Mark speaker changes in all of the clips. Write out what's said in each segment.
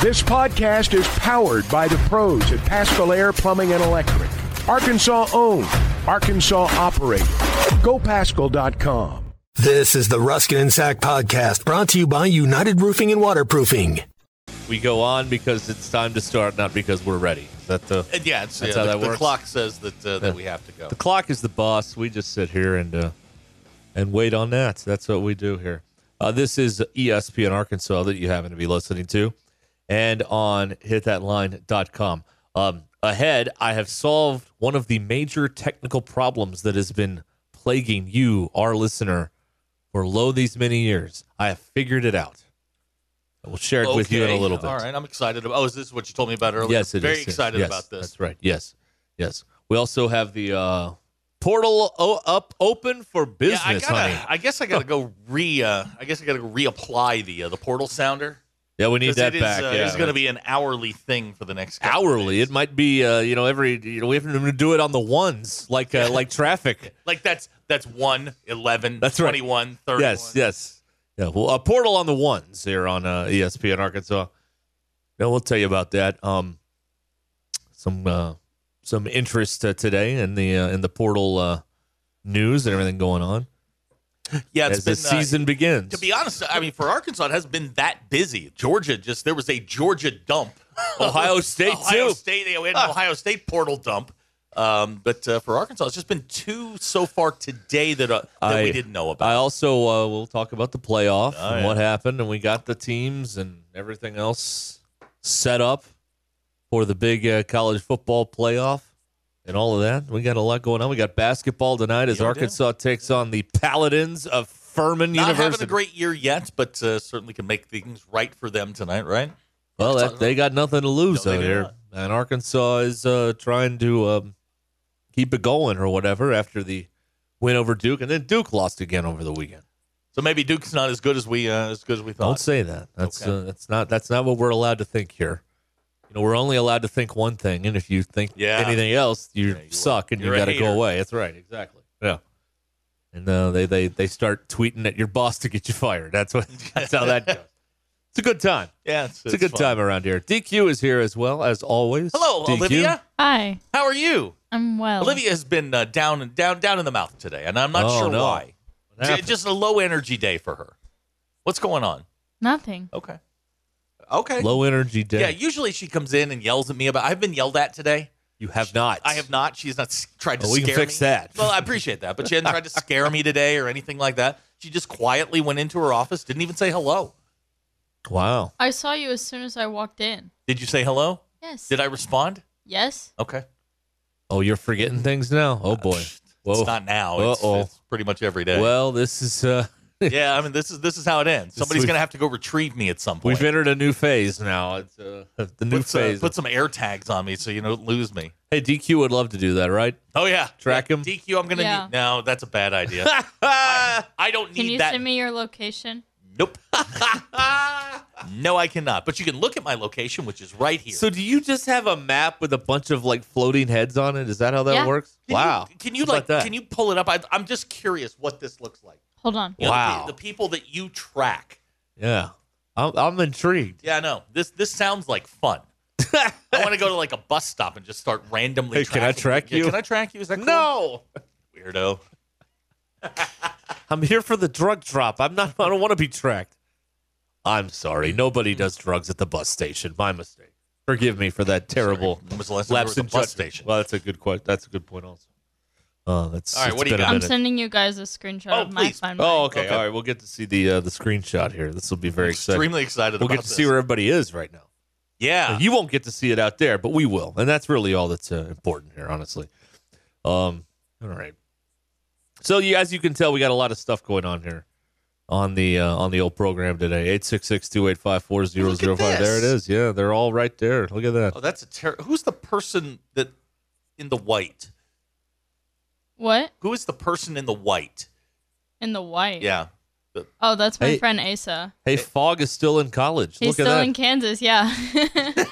Speaker 1: This podcast is powered by the pros at Pascal Air Plumbing and Electric. Arkansas owned, Arkansas operated. GoPascal.com.
Speaker 2: This is the Ruskin and Sack podcast brought to you by United Roofing and Waterproofing.
Speaker 3: We go on because it's time to start, not because we're ready. Is that the
Speaker 4: Uh, Yeah, it's,
Speaker 3: That's
Speaker 4: yeah,
Speaker 3: how
Speaker 4: the,
Speaker 3: that
Speaker 4: the
Speaker 3: works.
Speaker 4: clock says that uh,
Speaker 3: Yeah.
Speaker 4: that we have to go.
Speaker 3: The clock is the boss. We just sit here and uh, and wait on that. That's what we do here. Uh, this is ESPN Arkansas that you happen to be listening to, and on hitthatline.com. Um, ahead, I have solved one of the major technical problems that has been plaguing you, our listener, for lo these many years. I have figured it out. I will share it with you in a
Speaker 4: Okay,
Speaker 3: little bit.
Speaker 4: All right, I'm excited about. Oh, is this what you told me about earlier?
Speaker 3: Yes, it is.
Speaker 4: Very
Speaker 3: yes.
Speaker 4: excited
Speaker 3: Yes,
Speaker 4: about this.
Speaker 3: That's right. Yes, yes. We also have the uh, portal o- up open for
Speaker 4: Yeah,
Speaker 3: business,
Speaker 4: I gotta.
Speaker 3: honey. Oh.
Speaker 4: I guess I gotta go re. Uh, I guess I gotta go reapply the uh, the portal sounder.
Speaker 3: Yeah, we need
Speaker 4: 'Cause
Speaker 3: that
Speaker 4: it is,
Speaker 3: back.
Speaker 4: uh,
Speaker 3: yeah,
Speaker 4: it's gonna be an hourly thing for the next couple of
Speaker 3: hourly.
Speaker 4: days.
Speaker 3: It might be, uh, you know, every you know, we have to do it on the ones, like uh, like traffic.
Speaker 4: Like that's that's one, 11,
Speaker 3: That's right.
Speaker 4: 21, 31.
Speaker 3: yes, yes. Yeah, well, a portal on the ones here on uh, ESPN Arkansas. Yeah, we'll tell you about that. Um, some uh, some interest uh, today in the uh, in the portal uh, news and everything going on
Speaker 4: yeah. It's
Speaker 3: as
Speaker 4: been
Speaker 3: the
Speaker 4: uh,
Speaker 3: season begins.
Speaker 4: to be honest, I mean, for Arkansas, it has been that busy. Georgia just there was a Georgia dump.
Speaker 3: Ohio State
Speaker 4: Ohio
Speaker 3: too. Ah.
Speaker 4: State, yeah, we had an Ohio State portal dump. Um, but uh, for Arkansas, it's just been two so far today that, uh, that
Speaker 3: I-
Speaker 4: we didn't know about.
Speaker 3: I also uh, will talk about the playoff
Speaker 4: Oh,
Speaker 3: and
Speaker 4: yeah.
Speaker 3: what happened, and we got the teams and everything else set up for the big uh, college football playoff and all of that. We got a lot going on. We got basketball tonight as
Speaker 4: Yeah, we do.
Speaker 3: Arkansas takes on the Paladins of Furman
Speaker 4: Not
Speaker 3: University.
Speaker 4: having a great year yet, but uh, certainly can make things right for them tonight, right?
Speaker 3: well, that,
Speaker 4: Arkansas-
Speaker 3: they got nothing to lose
Speaker 4: No, they
Speaker 3: out
Speaker 4: do
Speaker 3: here,
Speaker 4: not.
Speaker 3: and Arkansas is uh, trying to um, keep it going or whatever after the win over Duke, and then Duke lost again over the weekend.
Speaker 4: So maybe Duke's not as good as we uh, as good as we
Speaker 3: Don't
Speaker 4: thought.
Speaker 3: say that. That's
Speaker 4: Okay.
Speaker 3: uh, that's not that's not what we're allowed to think here. You know, we're only allowed to think one thing, and if you think
Speaker 4: Yeah.
Speaker 3: anything else, you,
Speaker 4: Yeah, you
Speaker 3: suck and you
Speaker 4: you're a
Speaker 3: got to go
Speaker 4: hater.
Speaker 3: away. That's right, exactly. Yeah. And uh, they they they start tweeting at your boss to get you fired. That's what that's how that goes. It's a good time.
Speaker 4: yeah, it's,
Speaker 3: It's, a good
Speaker 4: fun.
Speaker 3: time around here. DQ is here as well as always.
Speaker 4: Hello,
Speaker 3: DQ.
Speaker 4: Olivia.
Speaker 5: Hi,
Speaker 4: How are you?
Speaker 5: I'm well.
Speaker 4: Olivia has been uh, down and down down in the mouth today, and I'm not
Speaker 3: Oh,
Speaker 4: sure
Speaker 3: no.
Speaker 4: why.
Speaker 3: What
Speaker 4: J-
Speaker 3: happened?
Speaker 4: Just a low energy day for her. What's going on?
Speaker 5: Nothing.
Speaker 4: Okay. Okay.
Speaker 3: low energy day.
Speaker 4: Yeah, usually she comes in and yells at me about. I've been yelled at today.
Speaker 3: you have not.
Speaker 4: I have not. She's not s- tried to
Speaker 3: Well, Oh, we can
Speaker 4: scare
Speaker 3: fix
Speaker 4: me.
Speaker 3: that.
Speaker 4: Well, I appreciate that, but she hadn't tried to scare me today or anything like that. She just quietly went into her office, didn't even say hello.
Speaker 3: Wow.
Speaker 5: I saw you as soon as I walked in.
Speaker 4: Did you say hello?
Speaker 5: Yes.
Speaker 4: Did I respond?
Speaker 5: Yes.
Speaker 4: Okay.
Speaker 3: Oh, you're forgetting things now. Oh boy. Whoa.
Speaker 4: It's not now. It's,
Speaker 3: Uh-oh.
Speaker 4: it's pretty much every day.
Speaker 3: Well, this is. uh
Speaker 4: yeah, I mean this is this is how it ends.
Speaker 3: This-
Speaker 4: Somebody's
Speaker 3: we've-
Speaker 4: going to have to go retrieve me at some point.
Speaker 3: We've entered a new phase now. It's uh, the new
Speaker 4: put, some,
Speaker 3: phase.
Speaker 4: put some air tags on me so you don't lose me.
Speaker 3: hey, DQ would love to do that, right?
Speaker 4: Oh yeah.
Speaker 3: Track 'em.
Speaker 4: DQ, I'm going to
Speaker 5: Yeah.
Speaker 4: need No, that's a bad idea. I, I don't need
Speaker 5: Can you
Speaker 4: that.
Speaker 5: send me your location?
Speaker 4: Nope. no, I cannot. But you can look at my location, which is right here.
Speaker 3: So, do you just have a map with a bunch of like floating heads on it? Is that how that
Speaker 5: Yeah.
Speaker 3: works?
Speaker 4: Can
Speaker 3: wow.
Speaker 4: You, can you
Speaker 3: How about
Speaker 4: like?
Speaker 3: that?
Speaker 4: Can you pull it up? I, I'm just curious what this looks like.
Speaker 5: Hold on.
Speaker 4: You know, the pe-
Speaker 3: Wow.
Speaker 4: the, people that you track.
Speaker 3: Yeah, I'm, I'm intrigued.
Speaker 4: Yeah, I know. This this sounds like fun. I want to go to like a bus stop and just start randomly.
Speaker 3: Hey, can I
Speaker 4: tracking
Speaker 3: track
Speaker 4: people. Yeah,
Speaker 3: you?
Speaker 4: can I track you? Is that cool?
Speaker 3: No,
Speaker 4: weirdo?
Speaker 3: I'm here for the drug drop. I'm not. I don't want to be tracked. I'm sorry. Nobody does drugs at the bus station. My mistake. Forgive me for that terrible
Speaker 4: When was the last time there
Speaker 3: lapse
Speaker 4: was a
Speaker 3: in
Speaker 4: bus
Speaker 3: judgment.
Speaker 4: station?
Speaker 3: Well, that's a good question. That's a good point. Also, uh, that's
Speaker 4: All right,
Speaker 3: it's
Speaker 4: what do you
Speaker 3: been a
Speaker 4: got?
Speaker 5: I'm
Speaker 3: minute.
Speaker 5: sending you guys a screenshot
Speaker 4: Oh,
Speaker 5: of my
Speaker 4: please.
Speaker 5: phone.
Speaker 3: Oh, okay.
Speaker 4: Okay.
Speaker 3: All right, we'll get to see the uh, the screenshot here. This will be very exciting.
Speaker 4: Extremely excited.
Speaker 3: We'll
Speaker 4: about
Speaker 3: get to
Speaker 4: this.
Speaker 3: see where everybody is right now.
Speaker 4: Yeah.
Speaker 3: You won't get to see it out there, but we will, and that's really all that's uh, important here, honestly. Um, all right. So, you, as you can tell, we got a lot of stuff going on here on the uh, on the old program today. 866-285-4005.
Speaker 4: Look at
Speaker 3: There it
Speaker 4: this.
Speaker 3: is. Yeah, they're all right there. Look at that.
Speaker 4: Oh, that's a terror. Who's the person that in the white?
Speaker 5: What?
Speaker 4: Who is the person in the white?
Speaker 5: In the white.
Speaker 4: Yeah.
Speaker 5: Oh, that's my
Speaker 3: Hey.
Speaker 5: friend Asa.
Speaker 3: Hey, Fog is still in college.
Speaker 5: He's
Speaker 3: Look at
Speaker 5: still
Speaker 3: that.
Speaker 5: in Kansas. Yeah.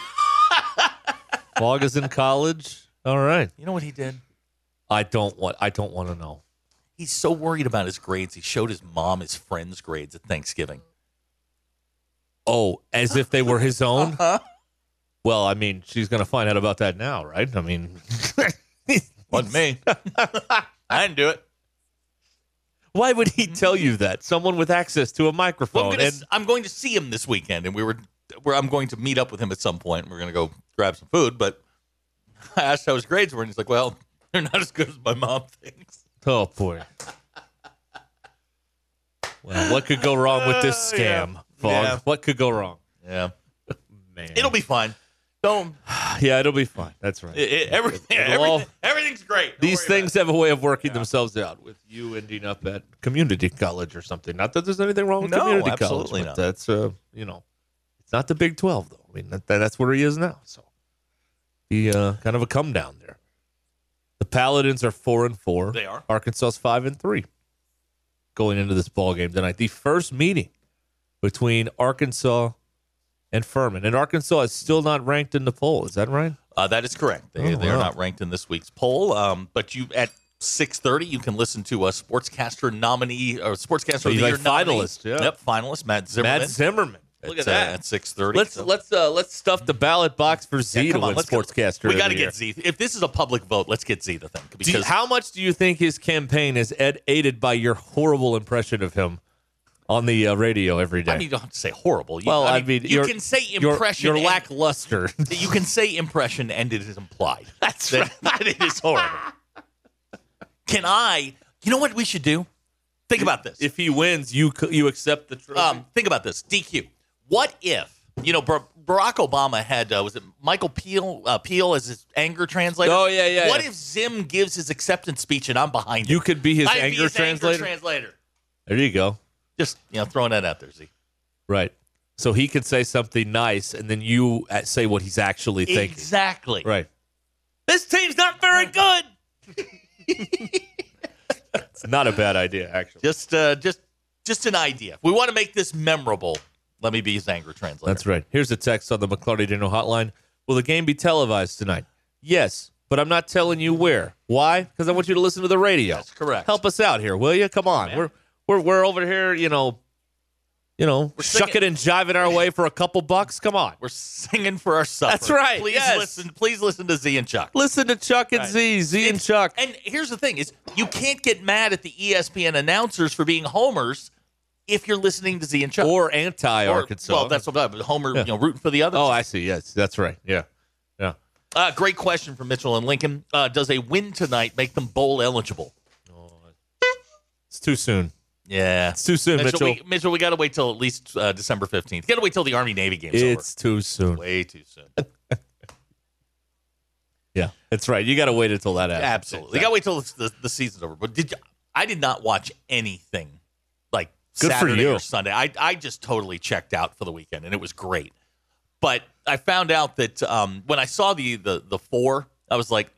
Speaker 3: Fog is in college. All right.
Speaker 4: You know what he did?
Speaker 3: I don't want I don't want to know.
Speaker 4: He's so worried about his grades. He showed his mom his friend's grades at Thanksgiving.
Speaker 3: Oh, as if they were his own?
Speaker 4: Uh-huh.
Speaker 3: Well, I mean, she's going to find out about that now, right? I mean,
Speaker 4: Wasn't me. I didn't do it.
Speaker 3: why would he tell you that? Someone with access to a
Speaker 4: Well,
Speaker 3: microphone.
Speaker 4: I'm, gonna,
Speaker 3: and
Speaker 4: s- I'm going to see him this weekend, and we were, where I'm going to meet up with him at some point. and We're going to go grab some food, but I asked how his grades were, and he's like, "Well, they're not as good as my mom thinks."
Speaker 3: Oh boy. well, what could go wrong with this
Speaker 4: Uh, yeah.
Speaker 3: scam, Fog?
Speaker 4: Yeah.
Speaker 3: What could go wrong?
Speaker 4: Yeah,
Speaker 3: Man.
Speaker 4: it'll be fine. Don't
Speaker 3: yeah, it'll be fine. That's right.
Speaker 4: it, it, everything,
Speaker 3: It'll all-
Speaker 4: everything- everything's great. Don't
Speaker 3: These
Speaker 4: worry about
Speaker 3: things have a way of working themselves out with you ending up at community college or something. Not that there's anything wrong with
Speaker 4: No,
Speaker 3: community
Speaker 4: absolutely
Speaker 3: college,
Speaker 4: not.
Speaker 3: but that's uh, you know, it's not the Big Twelve though. I mean, that, that's where he is now. So, he uh, kind of a come down there. The Paladins are four and four.
Speaker 4: They are.
Speaker 3: Arkansas's five and three. Going into this ball game tonight, the first meeting between Arkansas and Furman, and Arkansas is still not ranked in the poll. Is that right?
Speaker 4: Uh, that is correct. They,
Speaker 3: Oh,
Speaker 4: they are
Speaker 3: wow.
Speaker 4: not ranked in this week's poll. Um, but you at six thirty, you can listen to a sportscaster nominee or sportscaster of
Speaker 3: He's
Speaker 4: the year
Speaker 3: like
Speaker 4: nominee.
Speaker 3: finalist, yeah.
Speaker 4: Yep, finalist Matt Zimmerman.
Speaker 3: Matt Zimmerman. Look at
Speaker 4: at,
Speaker 3: that.
Speaker 4: Uh, at six thirty.
Speaker 3: Let's let's uh, let's stuff the ballot box for Z to win sportscaster.
Speaker 4: We
Speaker 3: of
Speaker 4: got to
Speaker 3: the year.
Speaker 4: get Z. If this is a public vote, let's get Z the thing
Speaker 3: Do you-
Speaker 4: because
Speaker 3: how much do you think his campaign is ed- aided by your horrible impression of him on the uh, radio every day?
Speaker 4: I mean, you don't have to say horrible. You,
Speaker 3: well,
Speaker 4: I mean, you
Speaker 3: your-
Speaker 4: can say
Speaker 3: your-
Speaker 4: impression.
Speaker 3: Your,
Speaker 4: and-
Speaker 3: lackluster.
Speaker 4: you can say impression, and it is implied.
Speaker 3: That's
Speaker 4: that, that it is horrible. Can I? You know what we should do? Think about this.
Speaker 3: if he wins, you c- you accept the trophy.
Speaker 4: um, think about this, DQ. What if you know Bar- Barack Obama had uh, was it Michael Peel uh, Peel as his anger translator?
Speaker 3: Oh, yeah, yeah,
Speaker 4: What
Speaker 3: yeah.
Speaker 4: if Zim gives his acceptance speech and I'm behind him?
Speaker 3: you could be his
Speaker 4: I'd be
Speaker 3: anger
Speaker 4: his
Speaker 3: translator.
Speaker 4: translator.
Speaker 3: there you go.
Speaker 4: Just you know, throwing that out there, Z.
Speaker 3: Right. So he could say something nice, and then you uh, say what he's actually thinking.
Speaker 4: Exactly.
Speaker 3: Right.
Speaker 4: This team's not very good.
Speaker 3: It's not a bad idea, actually.
Speaker 4: Just uh, just just an idea. If we want to make this memorable, let me be his anger translator.
Speaker 3: That's right. Here's a text on the McClarty Dino hotline. Will the game be televised tonight? Yes, but I'm not telling you where. Why? Because I want you to listen to the radio.
Speaker 4: That's correct.
Speaker 3: Help us out here, will you? Come on. We're we're we're over here, you know, you know,
Speaker 4: singing-
Speaker 3: shucking and jiving our way for a couple bucks. Come on.
Speaker 4: We're singing for our supper.
Speaker 3: That's right,
Speaker 4: Please
Speaker 3: yes.
Speaker 4: listen. Please listen to Z and Chuck.
Speaker 3: Listen to Chuck and
Speaker 4: Right.
Speaker 3: Z, Z and
Speaker 4: It's-
Speaker 3: Chuck.
Speaker 4: And here's the thing: is you can't get mad at the E ESPN announcers for being homers if you're listening to Z and Chuck
Speaker 3: or anti
Speaker 4: Or-
Speaker 3: Arkansas.
Speaker 4: Well, that's what I'm talking about. Homer,
Speaker 3: Yeah.
Speaker 4: you know, rooting for the other.
Speaker 3: Oh, I see. Yes, that's right. Yeah. Yeah.
Speaker 4: Uh, great question from Mitchell and Lincoln. Uh, does a win tonight make them bowl eligible?
Speaker 3: It's too soon.
Speaker 4: Yeah,
Speaker 3: It's too soon, Mitchell.
Speaker 4: We, Mitchell, we got to wait till at least uh, December fifteenth. Got to wait till the Army Navy game's
Speaker 3: it's too soon.
Speaker 4: over. Way too soon.
Speaker 3: Yeah. That's right. You got to wait until that happens.
Speaker 4: Absolutely, got to wait till the, the, the season's over. But did you, I did not watch anything like
Speaker 3: Good for
Speaker 4: Saturday
Speaker 3: you.
Speaker 4: or Sunday. I I just totally checked out for the weekend, and it was great. But I found out that um, when I saw the the the four, I was like,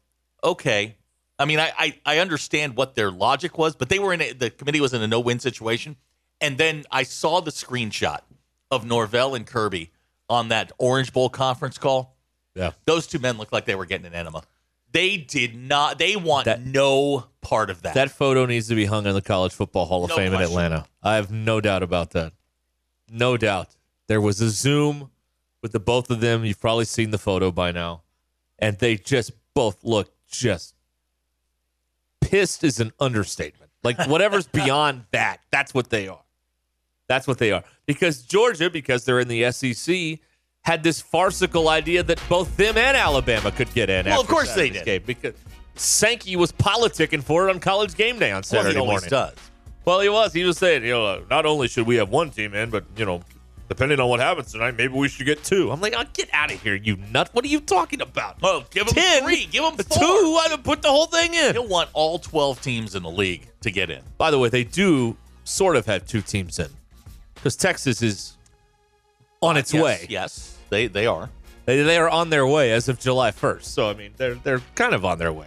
Speaker 4: okay. I mean, I, I I understand what their logic was, but they were in a, the committee was in a no win situation, and then I saw the screenshot of Norvell and Kirby on that Orange Bowl conference call.
Speaker 3: Yeah.
Speaker 4: Those two men looked like they were getting an enema. They did not. They want
Speaker 3: That-
Speaker 4: no part of that.
Speaker 3: That photo needs to be hung in the College Football Hall of
Speaker 4: No
Speaker 3: Fame in
Speaker 4: question.
Speaker 3: Atlanta. I have no doubt about that. No doubt. There was a Zoom with the both of them. You've probably seen the photo by now. And they just both look just pissed is an understatement. Like whatever's beyond that, that's what they are. That's what they are. Because Georgia, because they're in the SEC, had this farcical idea that both them and Alabama could get in.
Speaker 4: Well, of
Speaker 3: after
Speaker 4: course they
Speaker 3: Saturday's
Speaker 4: did.
Speaker 3: game because Sankey was politicking for it on College Game Day on
Speaker 4: well,
Speaker 3: Saturday
Speaker 4: he always
Speaker 3: morning.
Speaker 4: does.
Speaker 3: Well, he was. He was saying, you know, uh, not only should we have one team in, but you know, depending on what happens tonight, maybe we should get two. I'm like, oh, get out of here, you nut! What are you talking about?
Speaker 4: Well, give him
Speaker 3: Ten,
Speaker 4: three. Give him four.
Speaker 3: two. I would put the whole thing in.
Speaker 4: He'll want all twelve teams in the league to get in.
Speaker 3: By the way, they do sort of have two teams in because Texas is on its
Speaker 4: Uh, yes,
Speaker 3: way.
Speaker 4: Yes, they they are.
Speaker 3: They, they are on their way as of July 1st. So I mean, they're they're kind of on their way.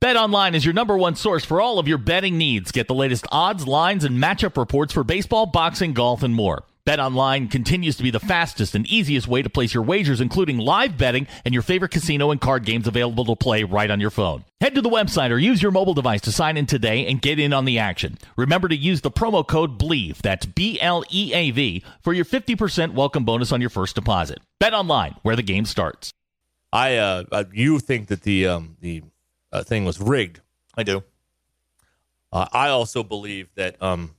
Speaker 4: BetOnline is your number one source for all of your betting needs. Get the latest odds, lines, and matchup reports for baseball, boxing, golf, and more. BetOnline continues to be the fastest and easiest way to place your wagers, including live betting and your favorite casino and card games available to play right on your phone. Head to the website or use your mobile device to sign in today and get in on the action. Remember to use the promo code BLEAV, that's B L E A V, for your 50% welcome bonus on your first deposit. BetOnline, where the game starts.
Speaker 3: I uh, uh, you think that the um the uh, thing was rigged.
Speaker 4: I do.
Speaker 3: Uh, I also believe that um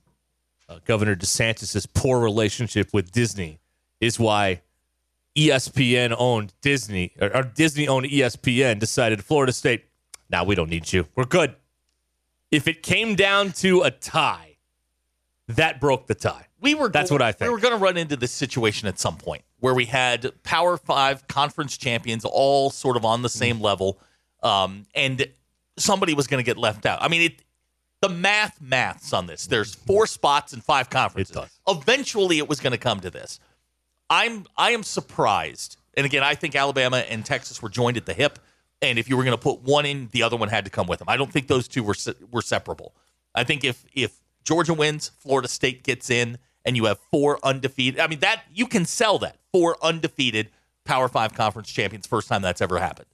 Speaker 3: uh, Governor DeSantis's poor relationship with Disney is why E ESPN owned Disney or, or Disney owned E ESPN decided Florida State. Now nah, we don't need you. We're good. If it came down to a tie, that broke the tie.
Speaker 4: we were
Speaker 3: That's what I think.
Speaker 4: we were going to run into this situation at some point where we had power five conference champions all sort of on the
Speaker 3: Mm.
Speaker 4: same level um, and somebody was going to get left out i mean it the math maths on this there's four spots in five conferences
Speaker 3: does.
Speaker 4: eventually it was going to come to this i'm i am surprised and again i think alabama and texas were joined at the hip and if you were going to put one in the other one had to come with them i don't think those two were se- were separable i think if if georgia wins florida state gets in and you have four undefeated i mean that you can sell that four undefeated power five conference champions first time that's ever happened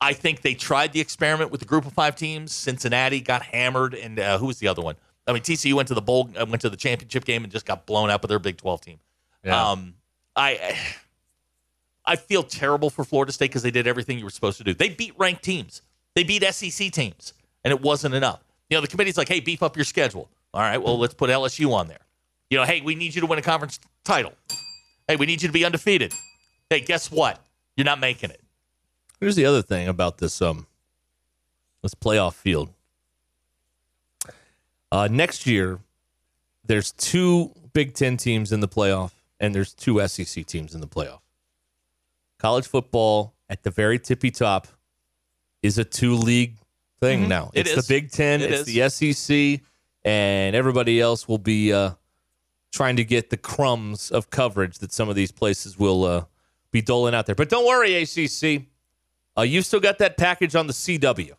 Speaker 4: I think they tried the experiment with the group of five teams. Cincinnati got hammered, and uh, who was the other one? I mean, TCU went to the bowl, uh, went to the championship game, and just got blown out by their Big Twelve team.
Speaker 3: Yeah.
Speaker 4: Um, I I feel terrible for Florida State because they did everything you were supposed to do. They beat ranked teams, they beat SEC teams, and it wasn't enough. You know, the committee's like, hey, beef up your schedule. All right, well, let's put LSU on there. You know, hey, we need you to win a conference title. Hey, we need you to be undefeated. Hey, guess what? You're not making it.
Speaker 3: Here's the other thing about this um this playoff field. Uh, next year, there's two Big Ten teams in the playoff, and there's two SEC teams in the playoff. College football at the very tippy top is a two league thing now.
Speaker 4: Mm-hmm. It
Speaker 3: it's
Speaker 4: is.
Speaker 3: the Big Ten,
Speaker 4: It
Speaker 3: it's the SEC, and everybody else will be uh, trying to get the crumbs of coverage that some of these places will uh, be doling out there. But don't worry, ACC. Uh, you've still got that package on the CW.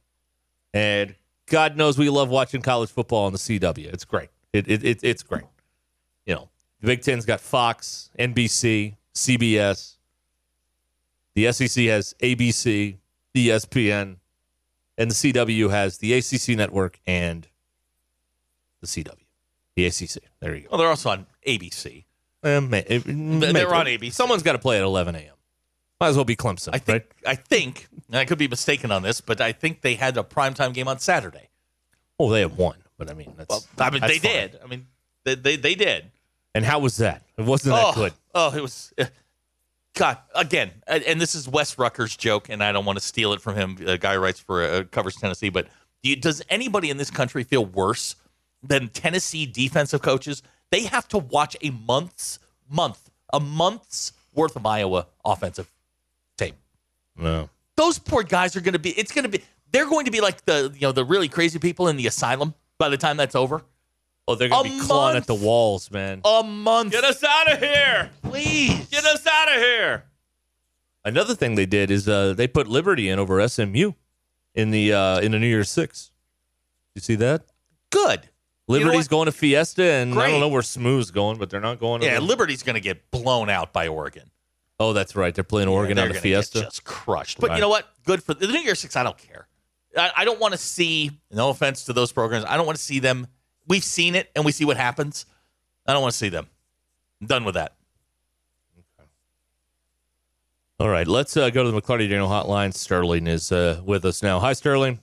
Speaker 3: And God knows we love watching college football on the CW. It's great. It, it, it, it's great. You know, the Big Ten's got Fox, NBC, CBS. The SEC has ABC, ESPN, and the CW has the ACC network and the CW. The ACC. There you go.
Speaker 4: Well, Oh, they're also on ABC.
Speaker 3: Eh, ma- eh, maybe.
Speaker 4: on ABC.
Speaker 3: Someone's got to play at 11 a.m. Might as well be Clemson,
Speaker 4: I think
Speaker 3: right?
Speaker 4: I think and I could be mistaken on this, but I think they had a primetime game on Saturday.
Speaker 3: Oh, they have one, but I mean, that's.
Speaker 4: I mean,
Speaker 3: that's
Speaker 4: they
Speaker 3: fine.
Speaker 4: did. I mean, they they, they did.
Speaker 3: And how was that? It wasn't that
Speaker 4: oh,
Speaker 3: good.
Speaker 4: Oh, it was. eh, God, again, and and this is Wes Rucker's joke, and I don't want to steal it from him. A guy who writes for uh, covers Tennessee, but do you, does anybody in this country feel worse than Tennessee defensive coaches? They have to watch a month's month, a month's worth of Iowa offensive tape.
Speaker 3: No.
Speaker 4: those poor guys are going to be it's going to be they're going to be like the you know the really crazy people in the asylum by the time that's over
Speaker 3: Oh, they're gonna
Speaker 4: A
Speaker 3: be clawing
Speaker 4: month?
Speaker 3: at the walls, man.
Speaker 4: a month
Speaker 3: us out of Oh, here!
Speaker 4: please
Speaker 3: us out of here! Another thing they did is uh, they put Liberty in over SMU in the uh, in the New Year's Six. You see that?
Speaker 4: good know
Speaker 3: Liberty's
Speaker 4: what?
Speaker 3: going to Fiesta, and I
Speaker 4: Great.
Speaker 3: don't know where Smooth's going, but they're not going. to
Speaker 4: yeah
Speaker 3: the-
Speaker 4: liberty's going to get blown out by oregon
Speaker 3: oh, that's right. They're playing Oregon
Speaker 4: They're
Speaker 3: out
Speaker 4: gonna
Speaker 3: of
Speaker 4: get
Speaker 3: Fiesta.
Speaker 4: just crushed but
Speaker 3: Right.
Speaker 4: you know what good for the new year six i don't care i, I don't want to see no offense to those programs i don't want to see them we've seen it and we see what happens i don't want to see them I'm done with that
Speaker 3: All right, let's uh, go to the McClarty Daniel Hotline. Sterling is uh, with us now. Hi, Sterling.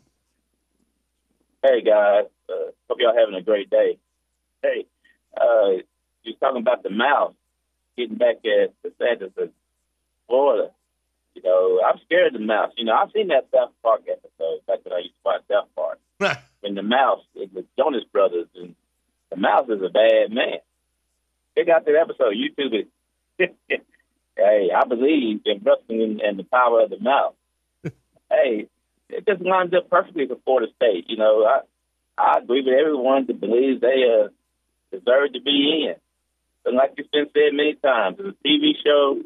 Speaker 6: Hey guys, uh, hope y'all having a great day. Hey, uh, you're talking about the mouth getting back at the Santas in Florida. You know, I'm scared of the mouse. You know, I've seen that South Park episode back when I used to watch South Park. when the mouse, it was Jonas Brothers, and the mouse is a bad man. Check out that episode. YouTube it. hey, I believe in wrestling and the power of the mouse. hey, it just lines up perfectly for Florida State. You know, I I agree with everyone that believes they uh, deserve to be in. But like it's been said many times, it's a TV show,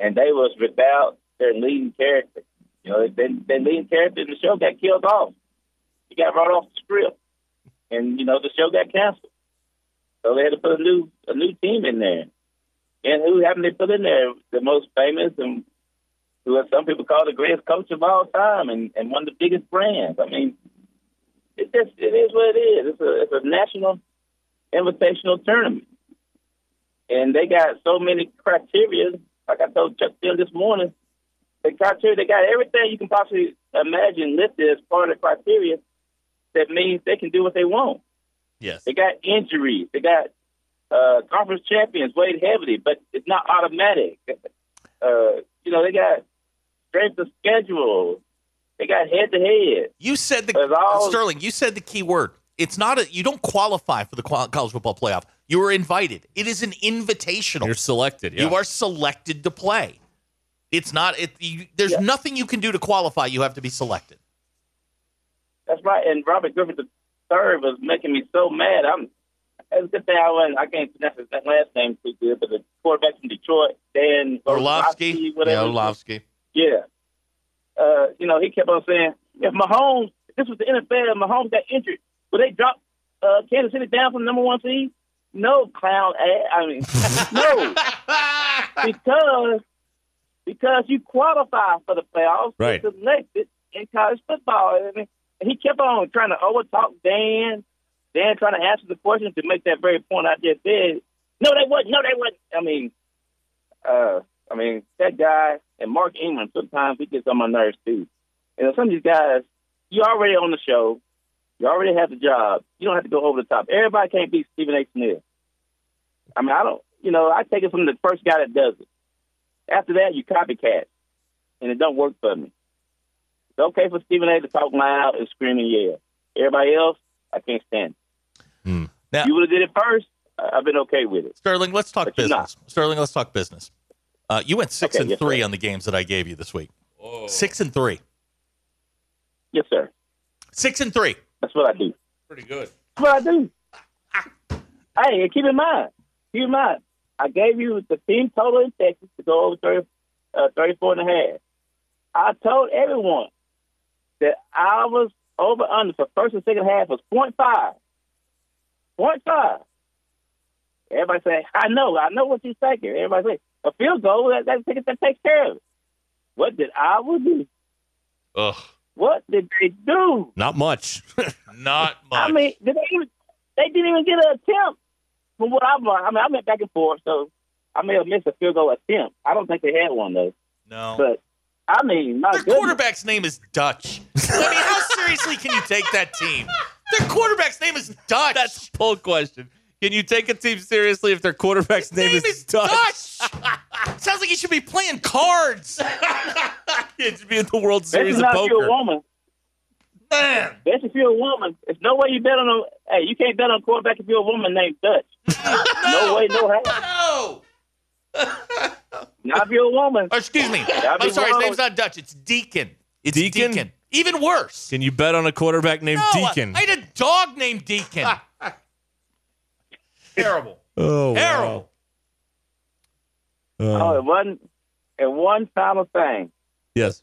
Speaker 6: and they was without their leading character. You know, their, their leading character in the show got killed off. He got right off the script, and you know the show got canceled. So they had to put a new a new team in there, and who happened to put in there the most famous and who some people call the greatest coach of all time and, and one of the biggest brands. I mean, it just it is what it is. It's a it's a national invitational tournament, and they got so many criteria. Like I told Chuck Steele this morning, the criteria they got everything you can possibly imagine listed as part of the criteria that means they can do what they want.
Speaker 4: Yes.
Speaker 6: They got injuries. They got uh, conference champions weighed heavily, but it's not automatic. Uh, you know, they got strength of schedule. They got head to head.
Speaker 4: You said
Speaker 6: But
Speaker 4: the uh,
Speaker 6: all-
Speaker 4: Sterling. You said the key word. It's not a. You don't qualify for the qual- college football playoff. You are invited. It is an invitational.
Speaker 3: You're selected. Yeah.
Speaker 4: You are selected to play. It's not. It. You, there's
Speaker 6: Yeah.
Speaker 4: nothing you can do to qualify. You have to be selected.
Speaker 6: That's right. And Robert Griffin III was making me so mad. I'm. It's a good thing I wasn't. I can't pronounce his last name too good, but the quarterback from Detroit, Dan
Speaker 4: Orlovsky.
Speaker 6: whatever.
Speaker 4: Yeah, Orlovsky.
Speaker 6: Yeah. Uh, you know, he kept on saying, if Mahomes, if this was the NFL, and Mahomes got injured, would they drop uh, Kansas City down from number one seed? No, clown ass. I mean, no. Because because you qualify for the playoffs, you're
Speaker 3: Right.
Speaker 6: selected in college football. I mean, and he kept on trying to overtalk Dan, Dan trying to answer the question to make that very point I just did. No, they wouldn't. No, they wouldn't. I mean, uh, I mean that guy and Mark Ingram. Sometimes he gets on my nerves too. You know, some of these guys, you already on the show, you already have the job. You don't have to go over the top. Everybody can't be Stephen A. Smith. I mean, I don't. You know, I take it from the first guy that does it. After that, you copycat, and it don't work for me. It's okay for Stephen A. to talk loud and scream and yell. Everybody else, I can't stand. It.
Speaker 4: Now-
Speaker 6: you would have did it first. I- I've been okay with it.
Speaker 4: Sterling, let's talk
Speaker 6: But you're
Speaker 4: business. Sterling, let's talk business. Uh, you went six
Speaker 6: Okay,
Speaker 4: and
Speaker 6: yes,
Speaker 4: three
Speaker 6: sir.
Speaker 4: on the games that I gave you this week. Six and three.
Speaker 6: Yes, sir.
Speaker 4: Six and three.
Speaker 6: That's what I do.
Speaker 3: pretty good.
Speaker 6: That's what I do. Hey, and keep in mind, keep in mind, I gave you the team total in Texas to go over 30, uh, 34 and a half. I told everyone that I was over under for first and second half was point five. Point five. Everybody say, I know, I know what you're thinking. Everybody say, a field goal, that, that, that, that takes care of it. What did I do?
Speaker 4: Ugh.
Speaker 6: What did they do?
Speaker 3: Not much.
Speaker 4: Not much.
Speaker 6: I mean, did they even? They didn't even get an attempt. From what I've learned, I mean, I went back and forth, so I may have missed a field goal attempt. I don't think they had one though.
Speaker 4: no.
Speaker 6: But I mean, my
Speaker 4: Their
Speaker 6: goodness.
Speaker 4: quarterback's name is Dutch. I mean, how seriously can you take that team? Their quarterback's name is Dutch.
Speaker 3: That's a poll question. Can you take a team seriously if their quarterback's name,
Speaker 4: His name is Dutch. Sounds like he should be playing cards.
Speaker 3: It should be in the World
Speaker 6: Especially
Speaker 3: Series of
Speaker 6: not if you're
Speaker 3: Poker.
Speaker 6: a woman.
Speaker 4: Man.
Speaker 6: Especially if you're a woman. There's no way you bet on a. Hey, you can't bet on a quarterback if you're a woman named Dutch. no. way, no how.
Speaker 4: No.
Speaker 6: Not if you're a woman.
Speaker 4: Or, oh, excuse me.
Speaker 6: be
Speaker 4: I'm sorry. His
Speaker 6: wrong.
Speaker 4: name's not Dutch. It's Deacon. It's
Speaker 3: Deacon?
Speaker 4: Deacon. Even worse.
Speaker 3: Can you bet on a quarterback named
Speaker 4: No,
Speaker 3: Deacon?
Speaker 4: I had a dog named Deacon. Terrible.
Speaker 3: oh,
Speaker 4: Terrible.
Speaker 3: wow.
Speaker 6: Oh,
Speaker 3: Oh,
Speaker 6: and one, and one final thing,
Speaker 3: yes.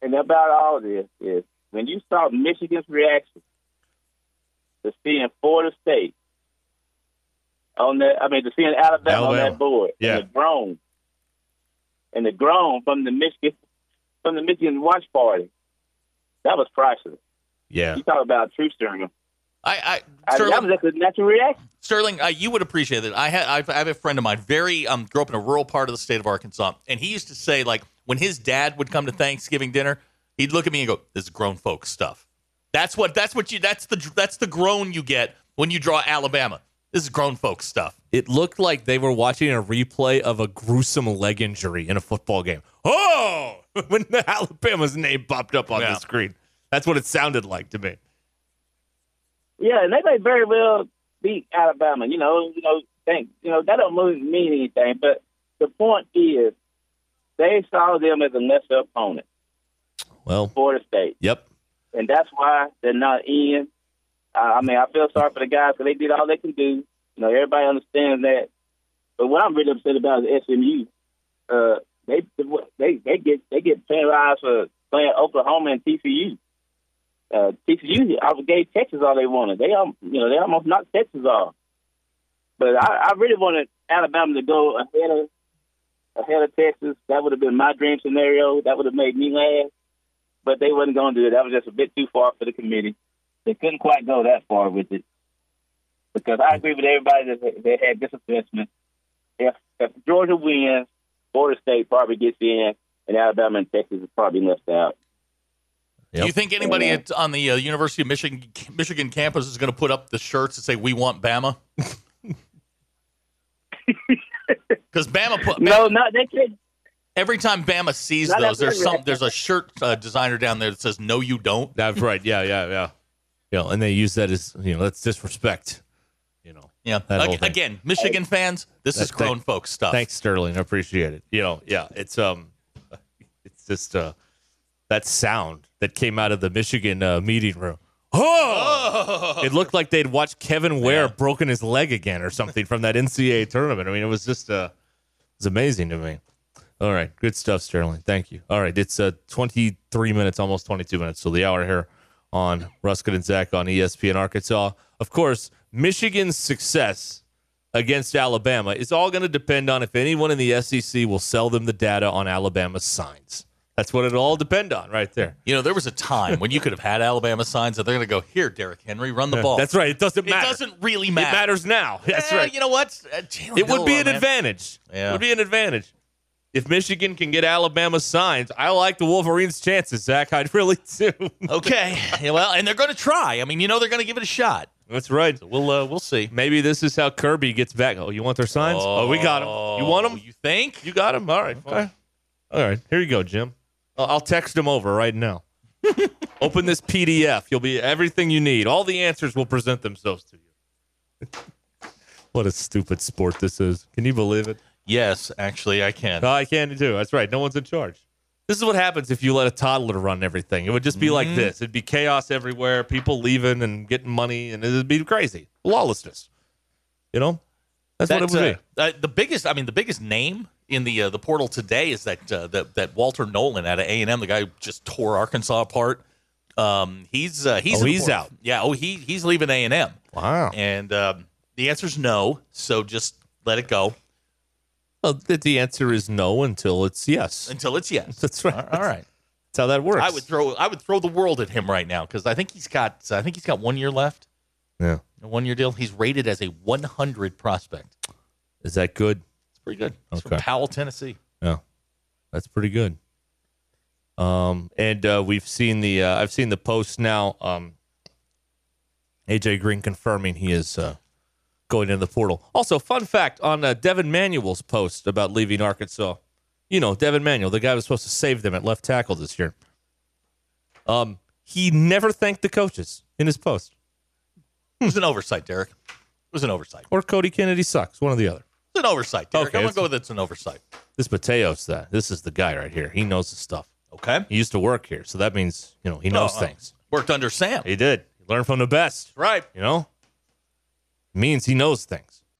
Speaker 6: and about all this is when you saw Michigan's reaction to seeing Florida State on that. I mean, to seeing Alabama, on
Speaker 3: Alabama.
Speaker 6: that board,
Speaker 3: Yeah.
Speaker 6: and the groan, and the groan from the Michigan from the Michigan watch party. That was priceless.
Speaker 3: Yeah.
Speaker 6: You talk about truth serum.
Speaker 4: I, I,
Speaker 6: I mean,
Speaker 4: Sterling,
Speaker 6: that was just a natural reaction.
Speaker 4: Sterling, uh, you would appreciate it. I had I've, I have a friend of mine, very um, grew up in a rural part of the state of Arkansas, and he used to say like when his dad would come to Thanksgiving dinner, he'd look at me and go, "This is grown folks stuff." That's what that's what you that's the that's the groan you get when you draw Alabama. This is grown folks stuff.
Speaker 3: It looked like they were watching a replay of a gruesome leg injury in a football game. Oh, when the Alabama's name popped up on
Speaker 4: Yeah.
Speaker 3: the screen, that's what it sounded like to me.
Speaker 6: Yeah, and they may very well beat Alabama. You know, you know, think you know that don't mean mean anything. But the point is, they saw them as a lesser opponent,
Speaker 3: Well,
Speaker 6: Florida State,
Speaker 3: yep.
Speaker 6: and that's why they're not in. Uh, I mean, I feel sorry for the guys because they did all they can do. You know, everybody understands that. But what I'm really upset about is SMU. Uh, they they they get they get penalized for playing Oklahoma and TCU. Uh, TCU gave Texas all they wanted. They um, you know they almost knocked Texas off. But I, I really wanted Alabama to go ahead of ahead of Texas. That would have been my dream scenario. That would have made me laugh. But they wasn't going to do it. That was just a bit too far for the committee. They couldn't quite go that far with it because I agree with everybody that that had this assessment. If if Georgia wins, Florida State probably gets in, and Alabama and Texas is probably left out.
Speaker 3: Yep.
Speaker 4: Do you think anybody
Speaker 6: Yeah.
Speaker 4: at, on the uh, University of Michigan Michigan campus is going to put up the shirts that say "We want Bama"? Because Bama put
Speaker 6: No, not they can't.
Speaker 4: every time Bama sees
Speaker 6: Not
Speaker 4: those, there's
Speaker 6: everywhere.
Speaker 4: some there's a shirt uh, designer down there that says "No, you don't."
Speaker 3: That's right. Yeah, yeah, yeah. You know, and they use that as you know that's disrespect. You know,
Speaker 4: Yeah.
Speaker 3: That whole
Speaker 4: Ag-
Speaker 3: thing.
Speaker 4: again, Michigan fans, this is
Speaker 3: That-
Speaker 4: grown
Speaker 3: thank-
Speaker 4: folks stuff.
Speaker 3: Thanks, Sterling. I appreciate it. You know, yeah, it's um, it's just uh, that sound that came out of the Michigan uh, meeting room. Oh! it looked like they'd watched Kevin Ware broken his leg again or something from that NCAA tournament. I mean, it was just uh, it's amazing to me. All right, good stuff, Sterling. Thank you. All right, it's uh, 23 minutes, almost 22 minutes, so the hour here on Ruskin and Zach on E ESPN Arkansas. Of course, Michigan's success against Alabama is all going to depend on if anyone in the SEC will sell them the data on Alabama's signs. That's what it all depend on, right there.
Speaker 4: You know, there was a time when you could have had Alabama signs that they're going to go here, Derrick Henry, run the ball.
Speaker 3: That's right. It doesn't
Speaker 4: It
Speaker 3: matter.
Speaker 4: doesn't really
Speaker 3: It
Speaker 4: matter.
Speaker 3: matters now. That's
Speaker 4: Eh,
Speaker 3: right.
Speaker 4: You know what? Uh, Jalen
Speaker 3: It would be
Speaker 4: Milroe,
Speaker 3: an
Speaker 4: man.
Speaker 3: advantage. It
Speaker 4: Yeah.
Speaker 3: would be an advantage. If Michigan can get Alabama's signs, I like the Wolverines' chances, Zach. I'd really do.
Speaker 4: Okay. Yeah, well, and they're going to try. I mean, you know, they're going to give it a shot.
Speaker 3: That's right.
Speaker 4: We'll uh, we'll see.
Speaker 3: Maybe this is how Kirby gets back. Oh, you want their signs? Oh, we got them. You want them?
Speaker 4: You think?
Speaker 3: You got him. All right. fine. All right. Here you go, Jim. I'll, I'll text him over right now. Open this PDF. You'll be everything you need. All the answers will present themselves to you. what a stupid sport this is. Can you believe it?
Speaker 4: Yes, actually, I can.
Speaker 3: No, I can too. That's right. No one's in charge. This is what happens if you let a toddler run everything. It would just be like this. It'd be chaos everywhere. People leaving and getting money, and it'd be crazy lawlessness. You know, that's, what it would
Speaker 4: uh, uh, the biggest. I mean, the biggest name in the uh, the portal today is that uh, that that Walter Nolan out of A and M, the guy who just tore Arkansas apart. Um, he's uh, he's
Speaker 3: Oh,
Speaker 4: in the
Speaker 3: he's
Speaker 4: portal.
Speaker 3: out.
Speaker 4: Yeah. Oh, he he's leaving A and M,
Speaker 3: be. Wow.
Speaker 4: and um, the answer's no. So just let it go
Speaker 3: Well, the, the answer is no until it's yes.
Speaker 4: until it's yes.
Speaker 3: That's right.
Speaker 4: All right.
Speaker 3: That's how that works.
Speaker 4: I would throw I would throw the world at him right now because I think he's got I think he's got one year left.
Speaker 3: Yeah.
Speaker 4: A one year deal. He's rated as a 100 prospect.
Speaker 3: Is that good?
Speaker 4: It's pretty good. He's from
Speaker 3: Okay.
Speaker 4: Powell, Tennessee.
Speaker 3: Yeah, that's pretty good. Um, and uh, we've seen the uh, I've seen the posts now. Um, AJ Green confirming he is uh, going into the portal. Also, fun fact on uh, Devin Manuel's post about leaving Arkansas. You know, Devin Manuel, the guy who was supposed to save them at left tackle this year. Um, he never thanked the coaches in his post
Speaker 4: It was an oversight, Derek. It was an oversight. It
Speaker 3: or Cody Kennedy sucks. One or the other.
Speaker 4: was an oversight, Derek.
Speaker 3: Okay,
Speaker 4: I'm going
Speaker 3: it's-
Speaker 4: to go with it's an oversight.
Speaker 3: This Mateo's that. This is the guy right here. He knows the stuff.
Speaker 4: Okay.
Speaker 3: He used to work here, so that means you know he knows
Speaker 4: Oh, uh,
Speaker 3: things.
Speaker 4: Worked under Sam.
Speaker 3: He did. He learned from the best.
Speaker 4: Right.
Speaker 3: You know, means he knows things.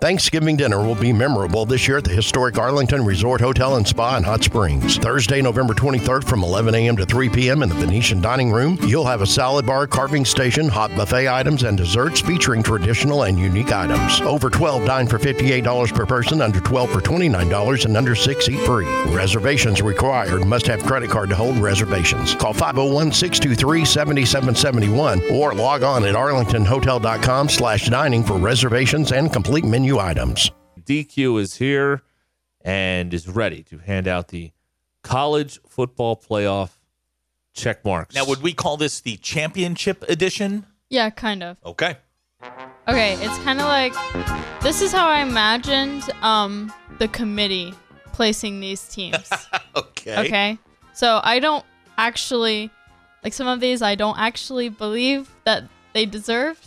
Speaker 7: Thanksgiving dinner will be memorable this year at the historic Arlington Resort Hotel and Spa in Hot Springs. Thursday, November 23rd from 11 a.m. to 3 p.m. in the Venetian Dining Room, you'll have a salad bar, carving station, hot buffet items, and desserts featuring traditional and unique items. Over 12 dine for $58 per person, under 12 for $29, and under 6 eat free. Reservations required. Must have credit card to hold reservations. Call 501-623-7771 or log on at arlingtonhotel.com slash dining for reservations and complete menu items.
Speaker 3: DQ is here and is ready to hand out the college football playoff check marks.
Speaker 4: Now, would we call this the championship edition?
Speaker 5: Yeah, kind of.
Speaker 4: Okay.
Speaker 5: Okay, it's kind of like this is how I imagined um the committee placing these teams.
Speaker 4: Okay.
Speaker 5: okay? So I don't actually like some of these I don't actually believe that they deserved,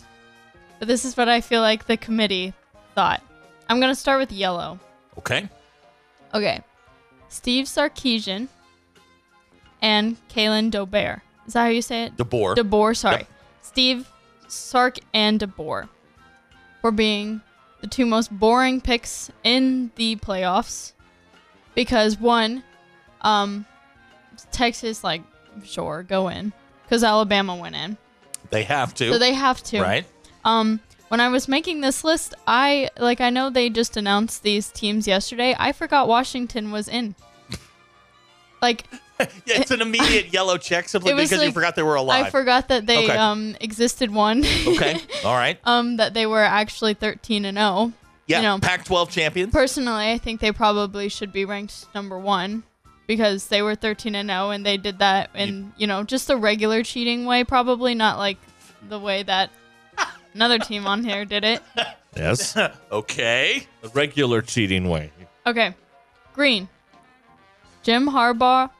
Speaker 5: but this is what I feel like the committee thought. I'm going to start with yellow.
Speaker 4: Okay.
Speaker 5: Okay. Steve Sarkeesian and Kalen DeBoer. Is that how you say it?
Speaker 4: DeBoer.
Speaker 5: DeBoer, sorry.
Speaker 4: Yep.
Speaker 5: Steve Sark and DeBoer for being the two most boring picks in the playoffs because one, um, Texas, like, sure, go in because Alabama went in.
Speaker 4: They have to.
Speaker 5: So they have to.
Speaker 4: Right.
Speaker 5: Um, when I was making this list, I like I know they just announced these teams yesterday. I forgot Washington was in. Like
Speaker 4: Yeah, it's an immediate yellow check simply
Speaker 5: it was
Speaker 4: because you
Speaker 5: like-
Speaker 4: forgot they were alive.
Speaker 5: I forgot that they
Speaker 4: Okay.
Speaker 5: um existed one.
Speaker 4: okay. All right.
Speaker 5: um, that they were actually 13 and 0.
Speaker 4: Yeah.
Speaker 5: You know,
Speaker 4: Pac-12 champions.
Speaker 5: personally, I think they probably should be ranked number one because they were 13 and 0 and they did that in you know just the regular cheating way, probably not like the way that another team on here did it.
Speaker 3: yes, the
Speaker 4: okay.
Speaker 3: regular cheating way.
Speaker 5: Okay. Green. Jim Harbaugh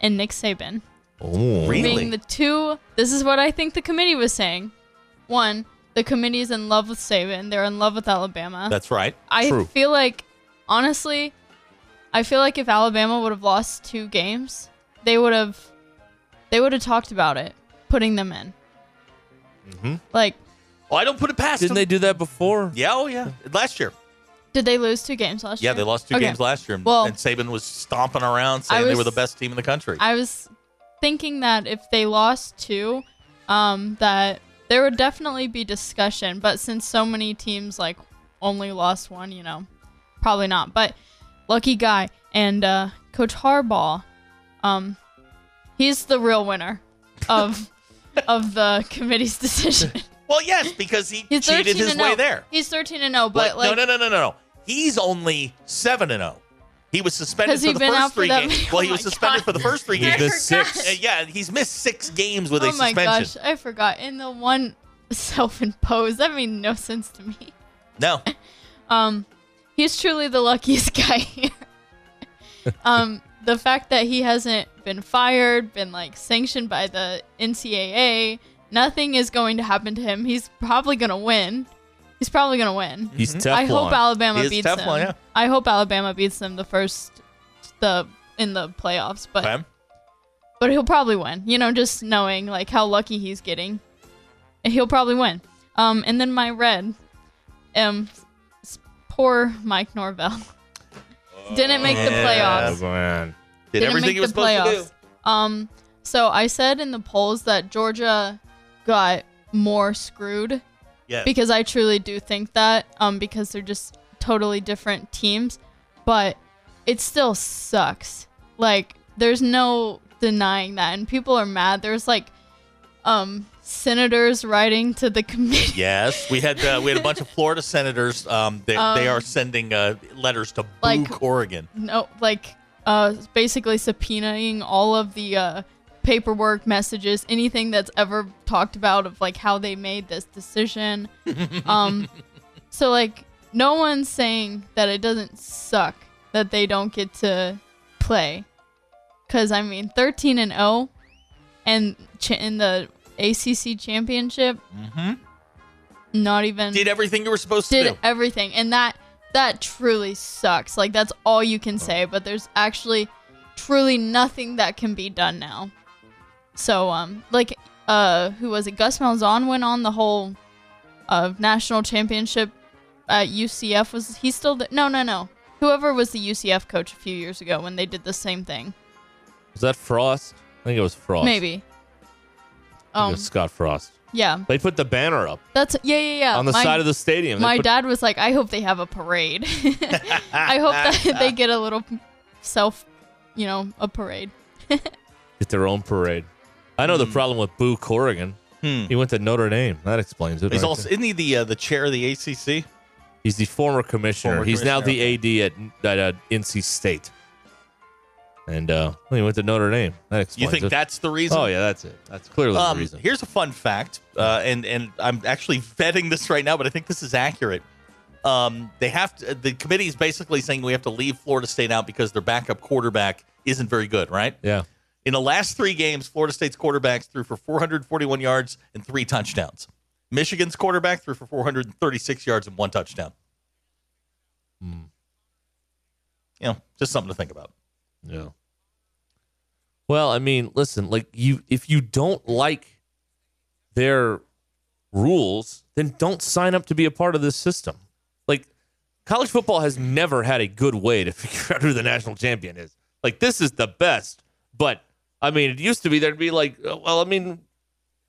Speaker 5: and Nick Saban.
Speaker 3: Ooh.
Speaker 4: Really?
Speaker 5: Being the two this is what I think the committee was saying. One, the committee is in love with Saban. They're in love with Alabama.
Speaker 4: That's right.
Speaker 5: I
Speaker 3: true.
Speaker 5: feel like honestly, I feel like if Alabama would have lost two games, they would have they would have talked about it, putting them in.
Speaker 4: Mm-hmm.
Speaker 5: Like,
Speaker 4: Oh, I don't put it past
Speaker 3: Didn't they
Speaker 4: them.
Speaker 3: do that before?
Speaker 4: yeah. Oh, yeah. Last year.
Speaker 5: did they lose two games last
Speaker 4: Yeah,
Speaker 5: year?
Speaker 4: they lost two
Speaker 5: Okay.
Speaker 4: games last year, and,
Speaker 5: Well-
Speaker 4: and Saban was stomping around saying they
Speaker 5: was-
Speaker 4: were the best team in the country.
Speaker 5: I was thinking that if they lost two, um, that there would definitely be discussion. But since so many teams like only lost one, you know, probably not. But lucky guy and uh, Coach Harbaugh, um, he's the real winner of of the committee's decision.
Speaker 4: well, yes, because he
Speaker 5: He's
Speaker 4: cheated
Speaker 5: 13
Speaker 4: his
Speaker 5: and 0.
Speaker 4: way there.
Speaker 5: He's thirteen and zero, but like
Speaker 4: no, no, no, no, no, no. He's only seven and zero. He was suspended
Speaker 5: Has
Speaker 4: for
Speaker 5: he
Speaker 4: the
Speaker 5: been
Speaker 4: first
Speaker 5: out for
Speaker 4: three
Speaker 5: that
Speaker 4: games.
Speaker 5: many-
Speaker 4: Well,
Speaker 5: Oh
Speaker 4: he was
Speaker 5: my
Speaker 4: suspended
Speaker 5: God.
Speaker 4: for the first three
Speaker 3: He's
Speaker 4: games.
Speaker 3: missed
Speaker 4: Uh,
Speaker 3: six.
Speaker 4: yeah, he's missed six games with a
Speaker 5: oh my
Speaker 4: suspension.
Speaker 5: gosh, I forgot. And the one self-imposed that made no sense to me.
Speaker 4: No,
Speaker 5: Um, he's truly the luckiest guy here. um, the fact that he hasn't been fired, been like sanctioned by the NCAA, nothing is going to happen to him. He's probably gonna win. He's probably gonna win.
Speaker 3: He's Teflon.
Speaker 5: I hope
Speaker 4: He
Speaker 5: Alabama
Speaker 4: is
Speaker 5: beats
Speaker 4: Teflon,
Speaker 5: them.
Speaker 4: yeah.
Speaker 5: I hope Alabama beats them the first, the in the playoffs. But
Speaker 4: okay.
Speaker 5: but he'll probably win. You know, just knowing like how lucky he's getting, he'll probably win. Um, and then my red, um, s- poor Mike Norvell didn't make the playoffs.
Speaker 3: man.
Speaker 4: did
Speaker 5: Didn't
Speaker 4: everything
Speaker 5: make
Speaker 4: he was
Speaker 5: the
Speaker 4: supposed
Speaker 5: playoffs.
Speaker 4: to do.
Speaker 5: Um, so I said in the polls that Georgia got more screwed
Speaker 4: Yeah,
Speaker 5: because I truly do think that. Um, because they're just totally different teams, but it still sucks. Like, there's no denying that, and people are mad. There's like, um, senators writing to the committee.
Speaker 4: Yes, we had uh, we had a bunch of Florida senators. Um, they, they are sending uh, letters to Boo
Speaker 5: like-
Speaker 4: Corrigan.
Speaker 5: No, like, uh, basically subpoenaing all of the uh paperwork, messages, anything that's ever talked about of like how they made this decision. um, so like no one's saying that it doesn't suck that they don't get to play. Cuz I mean 13 and 0 and ch- in the ACC championship. Not even
Speaker 4: Did everything you were supposed to
Speaker 5: did
Speaker 4: do.
Speaker 5: everything and that that truly sucks. Like that's all you
Speaker 3: Oh.
Speaker 5: can say, but there's actually truly nothing that can be done now. So um like uh who was it? Gus Malzahn went on the whole uh, national championship at UCF was he still th- no no no whoever was the UCF coach a few years ago when they did the same thing
Speaker 3: Was that Frost? I think it was Frost.
Speaker 5: maybe
Speaker 3: I think it
Speaker 5: um
Speaker 3: was Scott Frost.
Speaker 5: yeah
Speaker 3: They put the banner up
Speaker 5: that's yeah yeah yeah
Speaker 3: on the
Speaker 5: My-
Speaker 3: side of the stadium. They
Speaker 5: my
Speaker 3: put-
Speaker 5: dad was like, I hope they have a parade. I hope that they get a little self, you know, a parade.
Speaker 3: get their own parade. I know the problem with Boo Corrigan.
Speaker 4: Hmm.
Speaker 3: He went to Notre Dame. That explains it.
Speaker 4: He's
Speaker 3: right
Speaker 4: also
Speaker 3: there.
Speaker 4: isn't he the uh, the chair of the ACC?
Speaker 3: He's the former commissioner.
Speaker 4: Former
Speaker 3: He's
Speaker 4: commissioner,
Speaker 3: now the AD at, at uh, NC State. And uh, well, he went to Notre Dame. That
Speaker 4: You
Speaker 3: explains
Speaker 4: think
Speaker 3: it.
Speaker 4: that's the reason?
Speaker 3: Oh yeah, that's it. That's clearly the
Speaker 4: Um,
Speaker 3: reason.
Speaker 4: here's a fun fact, uh, and and I'm actually vetting this right now, but I think this is accurate. Um, they have to, the committee is basically saying we have to leave Florida State out because their backup quarterback isn't very good, right?
Speaker 3: yeah.
Speaker 4: In the last three games, Florida State's quarterbacks threw for 441 yards and three touchdowns. Michigan's quarterback threw for 436 yards and one touchdown. You know, just something to think about.
Speaker 3: Yeah. Well, I mean, listen, like you if you don't like their rules, then don't sign up to be a part of this system. Like college football has never had a good way to figure out who the national champion is. Like this is the best, but I mean, it used to be there'd be like, uh, well, I mean,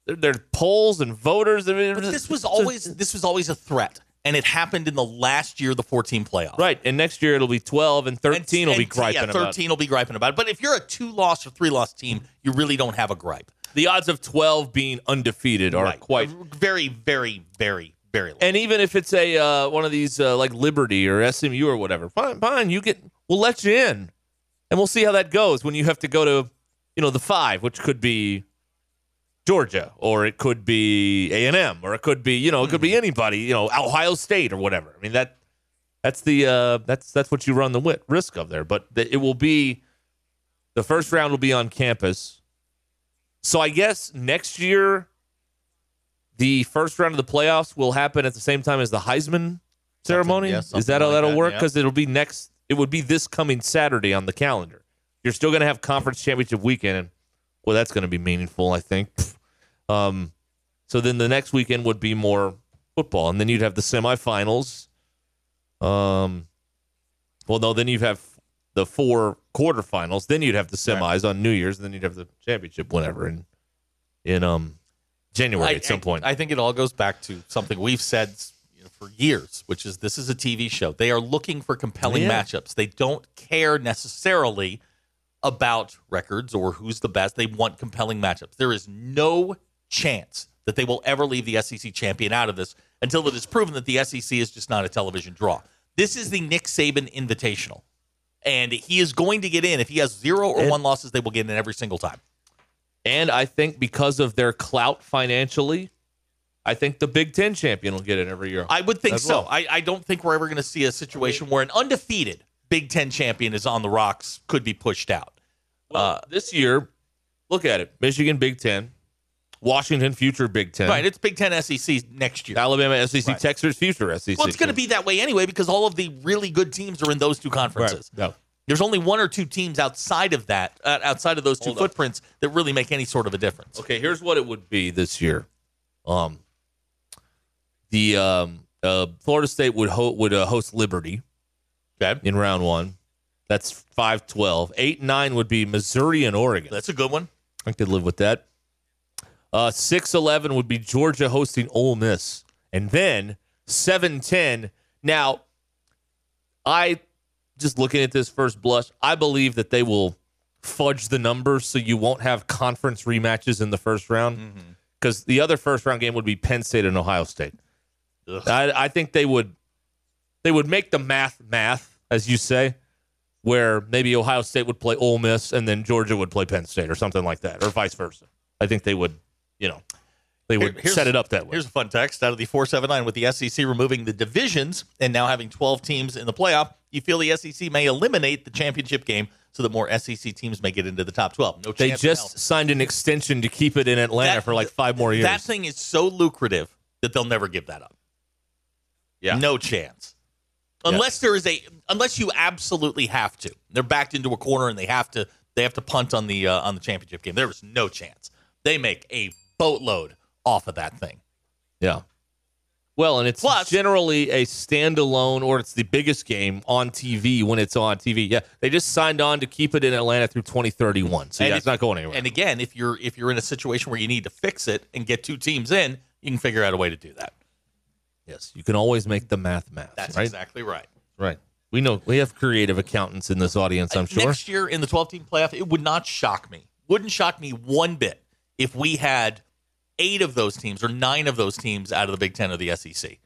Speaker 3: there, there are polls and voters. I mean,
Speaker 4: But this was
Speaker 3: so-
Speaker 4: always this was always a threat, and it happened in the last year of the 14 playoff.
Speaker 3: right. And next year it'll be twelve, and
Speaker 4: And-
Speaker 3: thirteen will be
Speaker 4: and, yeah,
Speaker 3: griping about.
Speaker 4: 13 will be griping about it. But if you're a two loss or three loss team, you really don't have a gripe.
Speaker 3: The odds of twelve being undefeated are quite
Speaker 4: very, very, very, very low.
Speaker 3: And even if it's a uh, one of these uh, like Liberty or SMU or whatever, fine, fine, you get we'll let you in, and we'll see how that goes when you have to go to, you know, the five, which could be Georgia or it could be A and M or it could be you know it could be anybody you know Ohio State or whatever. I mean that that's the uh, that's that's what you run the wit- risk of there. But th- it will be the first round will be on campus, so I guess next year the first round of the playoffs will happen at the same time as the Heisman ceremony.
Speaker 4: yeah,
Speaker 3: Is that
Speaker 4: something
Speaker 3: how
Speaker 4: like
Speaker 3: that'll
Speaker 4: that,
Speaker 3: work?
Speaker 4: yeah.
Speaker 3: Because it'll be next. It would be this coming Saturday on the calendar. You're still going to have conference championship weekend, and well, that's going to be meaningful, I think. Pfft. Um, so then the next weekend would be more football, and then you'd have the semifinals. Um, well, no, then you'd have the four quarterfinals. Then you'd have the semis on New Year's, and then you'd have the championship whenever in in um January
Speaker 4: I-
Speaker 3: at some
Speaker 4: I-
Speaker 3: point.
Speaker 4: I think it all goes back to something we've said s- you know, for years, which is this is a TV show. They are looking for compelling
Speaker 3: Yeah.
Speaker 4: matchups. They don't care necessarily about records or who's the best. They want compelling matchups. There is no chance that they will ever leave the SEC champion out of this until it is proven that the SEC is just not a television draw. This is the Nick Saban Invitational. And he is going to get in. If he has zero or
Speaker 3: And-
Speaker 4: one losses, they will get in every single time.
Speaker 3: and I think because of their clout financially, I think the Big Ten champion will get it every year.
Speaker 4: I would think
Speaker 3: as
Speaker 4: so.
Speaker 3: well.
Speaker 4: I, I don't think we're ever going to see a situation where an undefeated Big Ten champion is on the rocks, could be pushed out.
Speaker 3: Well, Uh, this year, look at it: Michigan Big Ten, Washington future Big Ten,
Speaker 4: Right. It's Big Ten SEC next year.
Speaker 3: Alabama SEC,
Speaker 4: Right.
Speaker 3: Texas future E SEC.
Speaker 4: Well, it's going to be that way anyway because all of the really good teams are in those two conferences.
Speaker 3: No.
Speaker 4: There's only one or two teams outside of that, uh, outside of those two
Speaker 3: Hold on.
Speaker 4: footprints, that really make any sort of a difference.
Speaker 3: Okay, here's what it would be this year. Um, the um, uh, Florida State would ho- would uh, host Liberty
Speaker 4: Okay.
Speaker 3: in round one. That's 5 12. 8 9 would be Missouri and Oregon.
Speaker 4: That's a good one.
Speaker 3: I could live with that. Uh, six eleven would be Georgia hosting Ole Miss, and then seven ten. Now, I just looking at this first blush, I believe that they will fudge the numbers so you won't have conference rematches in the first round
Speaker 4: Mm-hmm.
Speaker 3: because the other first round game would be Penn State and Ohio State. I, I think they would they would make the math math as you say where maybe Ohio State would play Ole Miss and then Georgia would play Penn State or something like that, or vice versa. I think they would, you know. They would
Speaker 4: Here- here's-
Speaker 3: set it up that way.
Speaker 4: Here's a fun text out of the 479 with the SEC removing the divisions and now having 12 teams in the playoff. You feel the SEC may eliminate the championship game so that more SEC teams may get into the top 12. No
Speaker 3: They
Speaker 4: chance in hell.
Speaker 3: just signed an extension to keep it in Atlanta
Speaker 4: That-
Speaker 3: for like five more years.
Speaker 4: That thing is so lucrative that they'll never give that up.
Speaker 3: Yeah.
Speaker 4: No chance.
Speaker 3: Yeah.
Speaker 4: Unless there is a unless you absolutely have to. They're backed into a corner and they have to they have to punt on the uh, on the championship game. There is no chance. They make a boatload off of that thing.
Speaker 3: Yeah. Well, and it's
Speaker 4: Plus-
Speaker 3: generally a standalone or it's the biggest game on TV when it's on TV. Yeah. They just signed on to keep it in Atlanta through 2031. So
Speaker 4: And
Speaker 3: yeah,
Speaker 4: if-
Speaker 3: it's not going anywhere.
Speaker 4: And again, if you're if you're in a situation where you need to fix it and get two teams in, you can figure out a way to do that.
Speaker 3: yes. You can always make the math math.
Speaker 4: That's
Speaker 3: right.
Speaker 4: exactly right.
Speaker 3: Right. We know we have creative accountants in this audience, I'm sure.
Speaker 4: Next year in the 12 team playoff, it would not shock me. Wouldn't shock me one bit if we had eight of those teams or nine of those teams out of the Big Ten or the SEC.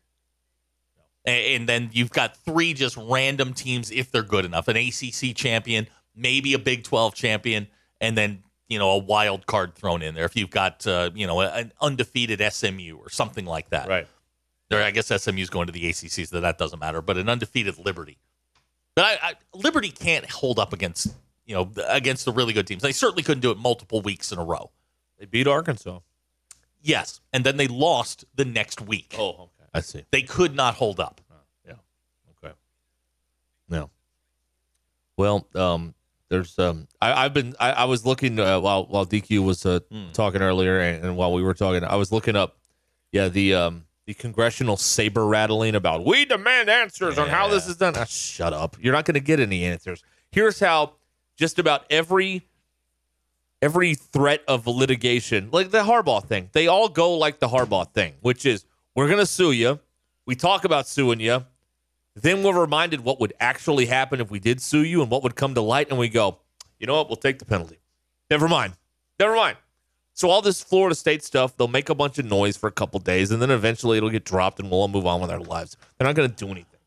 Speaker 4: A- And then you've got three just random teams if they're good enough an ACC champion, maybe a Big 12 champion, and then, you know, a wild card thrown in there if you've got, uh, you know, a- an undefeated SMU or something like that.
Speaker 3: Right.
Speaker 4: Or I guess SMU's going to the ACC, so that doesn't matter, but an undefeated Liberty. But I, I, Liberty can't hold up against you know against the really good teams. They certainly couldn't do it multiple weeks in a row.
Speaker 3: They beat Arkansas.
Speaker 4: Yes, and then they lost the next week.
Speaker 3: Oh, okay. I see.
Speaker 4: They could not hold up.
Speaker 3: Okay. No. Well, um, there's um, I, I've been I, I was looking uh, while while DQ was uh, talking earlier, and, and while we were talking, I was looking up, yeah, the um the congressional saber rattling about we demand answers on how this is done. Ah, shut up! You're not going to get any answers. Here's how: just about every every threat of litigation, like the Harbaugh thing, they all go like the Harbaugh thing, which is we're going to sue you. We talk about suing you then we're reminded what would actually happen if we did sue you and what would come to light and we go you know what we'll take the penalty never mind never mind so all this florida state stuff they'll make a bunch of noise for a couple days and then eventually it'll get dropped and we'll all move on with our lives they're not going to do anything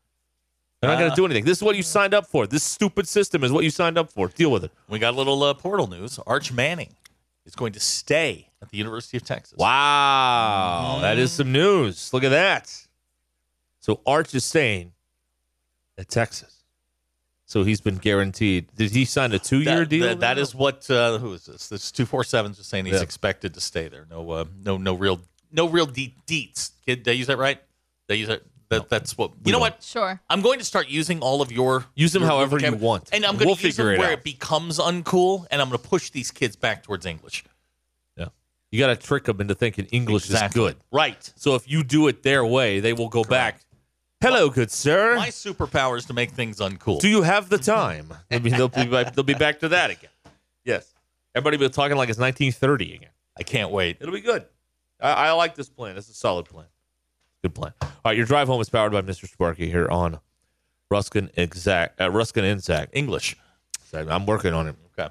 Speaker 3: they're not going to do anything this is what you signed up for this stupid system is what you signed up for deal with it
Speaker 4: We got a little uh, portal news. Arch Manning is going to stay at the University of Texas.
Speaker 3: Wow, that is some news. Look at that. So Arch is staying at Texas. So he's been guaranteed. Did he sign a
Speaker 4: That-
Speaker 3: two-year deal?
Speaker 4: that- that is what. Uh, who is this? This two four seven just saying he's
Speaker 3: Yeah.
Speaker 4: expected to stay there. No, uh, no, no real, no real de- deets. Did I use that right? Did I use that? that that's what. You know
Speaker 3: don't.
Speaker 4: what?
Speaker 5: Sure.
Speaker 4: I'm going to start using all of your
Speaker 3: Use them
Speaker 4: your-
Speaker 3: however
Speaker 4: your-
Speaker 3: you want.
Speaker 4: and I'm going
Speaker 3: We'll
Speaker 4: to use them
Speaker 3: figure it
Speaker 4: where
Speaker 3: out.
Speaker 4: it becomes uncool, and I'm going to push these kids back towards English.
Speaker 3: you got to trick them into thinking English
Speaker 4: Exactly.
Speaker 3: is good. Right. So if you do it their way, they will go back. Hello, good sir.
Speaker 4: My superpower is to make things uncool.
Speaker 3: Do you have the time? I mean, they'll be back, they'll be back to that again. Yes. Everybody will be talking like it's 1930 again.
Speaker 4: I can't wait.
Speaker 3: It'll be good. I, I like this plan. It's a solid plan. Good plan. All right, your drive home is powered by Mr. Sparky here on Ruskin Exact uh, Ruskin and Zach.
Speaker 4: English.
Speaker 3: I'm working on it.
Speaker 4: Okay.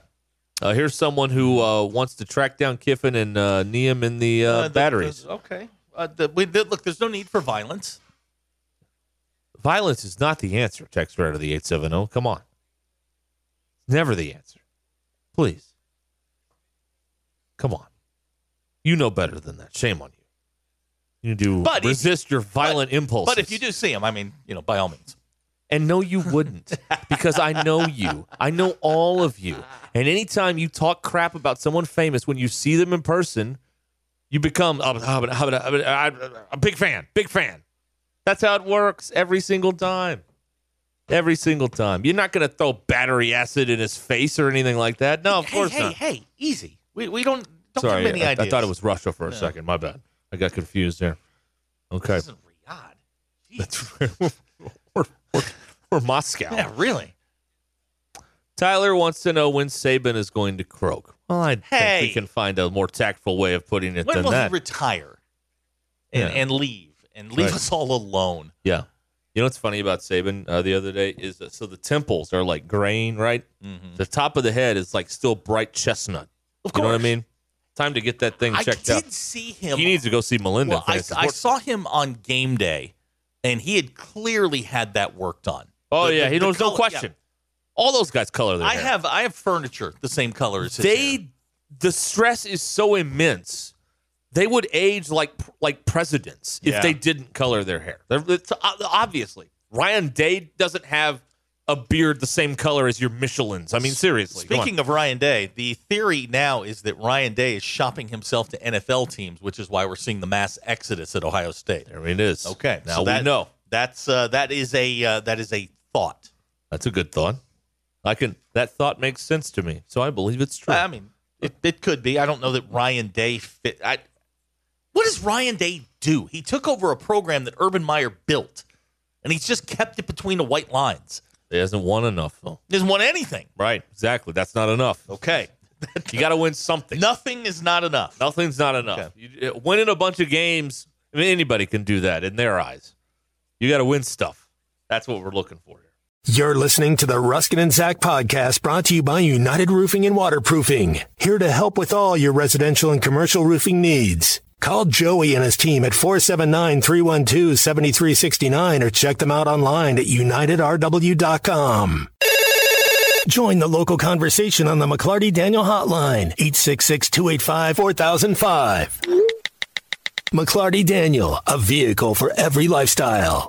Speaker 3: Uh, here's someone who uh, wants to track down Kiffin and uh, Neum in the, uh,
Speaker 4: the-
Speaker 3: batteries.
Speaker 4: the- okay. Uh, the, we, the, look, there's no need for violence.
Speaker 3: Violence is not the answer. Text right out of the eight seven zero. Come on, it's never the answer. Please, come on. You know better than that. Shame on you. You do
Speaker 4: But if-
Speaker 3: resist your violent impulses.
Speaker 4: But if you do see him, I mean, you know, by all means.
Speaker 3: And no, you wouldn't, because I know you. I know all of you. And anytime you talk crap about someone famous, when you see them in person, you become "Oh, but- oh, but- oh, but- oh, but- I- I- a big fan, big fan. That's how it works every single time. Every single time. You're not going to throw battery acid in his face or anything like that. No, of
Speaker 4: hey,
Speaker 3: course
Speaker 4: hey,
Speaker 3: not.
Speaker 4: hey, easy. We, we don't don't
Speaker 3: Sorry,
Speaker 4: have many
Speaker 3: I, I
Speaker 4: ideas.
Speaker 3: thought it was Russia for a second. My bad. I got confused there. Okay.
Speaker 4: This isn't Riyadh. Jeez.
Speaker 3: or, or, or Moscow.
Speaker 4: Yeah, really.
Speaker 3: Tyler wants to know when Saban is going to croak. Well, I think
Speaker 4: Hey.
Speaker 3: we can find a more tactful way of putting it
Speaker 4: When
Speaker 3: than
Speaker 4: will
Speaker 3: that.
Speaker 4: he retire and,
Speaker 3: Yeah.
Speaker 4: and leave and leave
Speaker 3: Right.
Speaker 4: us all alone?
Speaker 3: yeah. You know what's funny about Saban uh, the other day is that, so the temples are like grain, right? The top of the head is like still bright chestnut.
Speaker 4: Mm-hmm. Of
Speaker 3: You know what I
Speaker 4: course.
Speaker 3: mean? Time to get that thing
Speaker 4: I
Speaker 3: checked
Speaker 4: did
Speaker 3: out.
Speaker 4: see him.
Speaker 3: He needs to go see Melinda.
Speaker 4: well,
Speaker 3: for
Speaker 4: I,
Speaker 3: his
Speaker 4: I
Speaker 3: support.
Speaker 4: saw him on game day, and he had clearly had that work done.
Speaker 3: oh
Speaker 4: The-
Speaker 3: yeah,
Speaker 4: the-
Speaker 3: he
Speaker 4: the
Speaker 3: knows no
Speaker 4: color- yeah.
Speaker 3: question. All those guys color their
Speaker 4: I
Speaker 3: hair.
Speaker 4: have I have furniture the same color as his. hair.
Speaker 3: they the stress is so immense they would age like like presidents if
Speaker 4: Yeah.
Speaker 3: they didn't color their hair. They're- it's- uh, obviously, Ryan Day doesn't have a beard the same color as your Michelin's. I mean, seriously. come on.
Speaker 4: Speaking of Ryan Day, the theory now is that Ryan Day is shopping himself to NFL teams, which is why we're seeing the mass exodus at Ohio State.
Speaker 3: there it is.
Speaker 4: Okay,
Speaker 3: now
Speaker 4: so that,
Speaker 3: we know.
Speaker 4: That's uh, that is a uh, that is a thought.
Speaker 3: That's a good thought. I can. That thought makes sense to me, so I believe it's true.
Speaker 4: I mean, it, it could be. I don't know that Ryan Day fit. I, what does Ryan Day do? He took over a program that Urban Meyer built, and he's just kept it between the white lines.
Speaker 3: he hasn't won enough though.
Speaker 4: He doesn't want anything.
Speaker 3: Right? Exactly. That's not enough.
Speaker 4: Oh. Okay,
Speaker 3: You got to win something.
Speaker 4: nothing is not enough.
Speaker 3: Nothing's not enough. You- uh, winning a bunch of games, I mean, anybody can do that in their eyes. You got to win stuff. That's what we're looking for here.
Speaker 2: You're listening to the Ruskin and Zach podcast brought to you by United Roofing and Waterproofing, here to help with all your residential and commercial roofing needs. Call Joey and his team at 479 312 7369 or check them out online at unitedrw.com. Join the local conversation on the McClarty Daniel Hotline, 866 285 4005. McClarty Daniel, a vehicle for every lifestyle.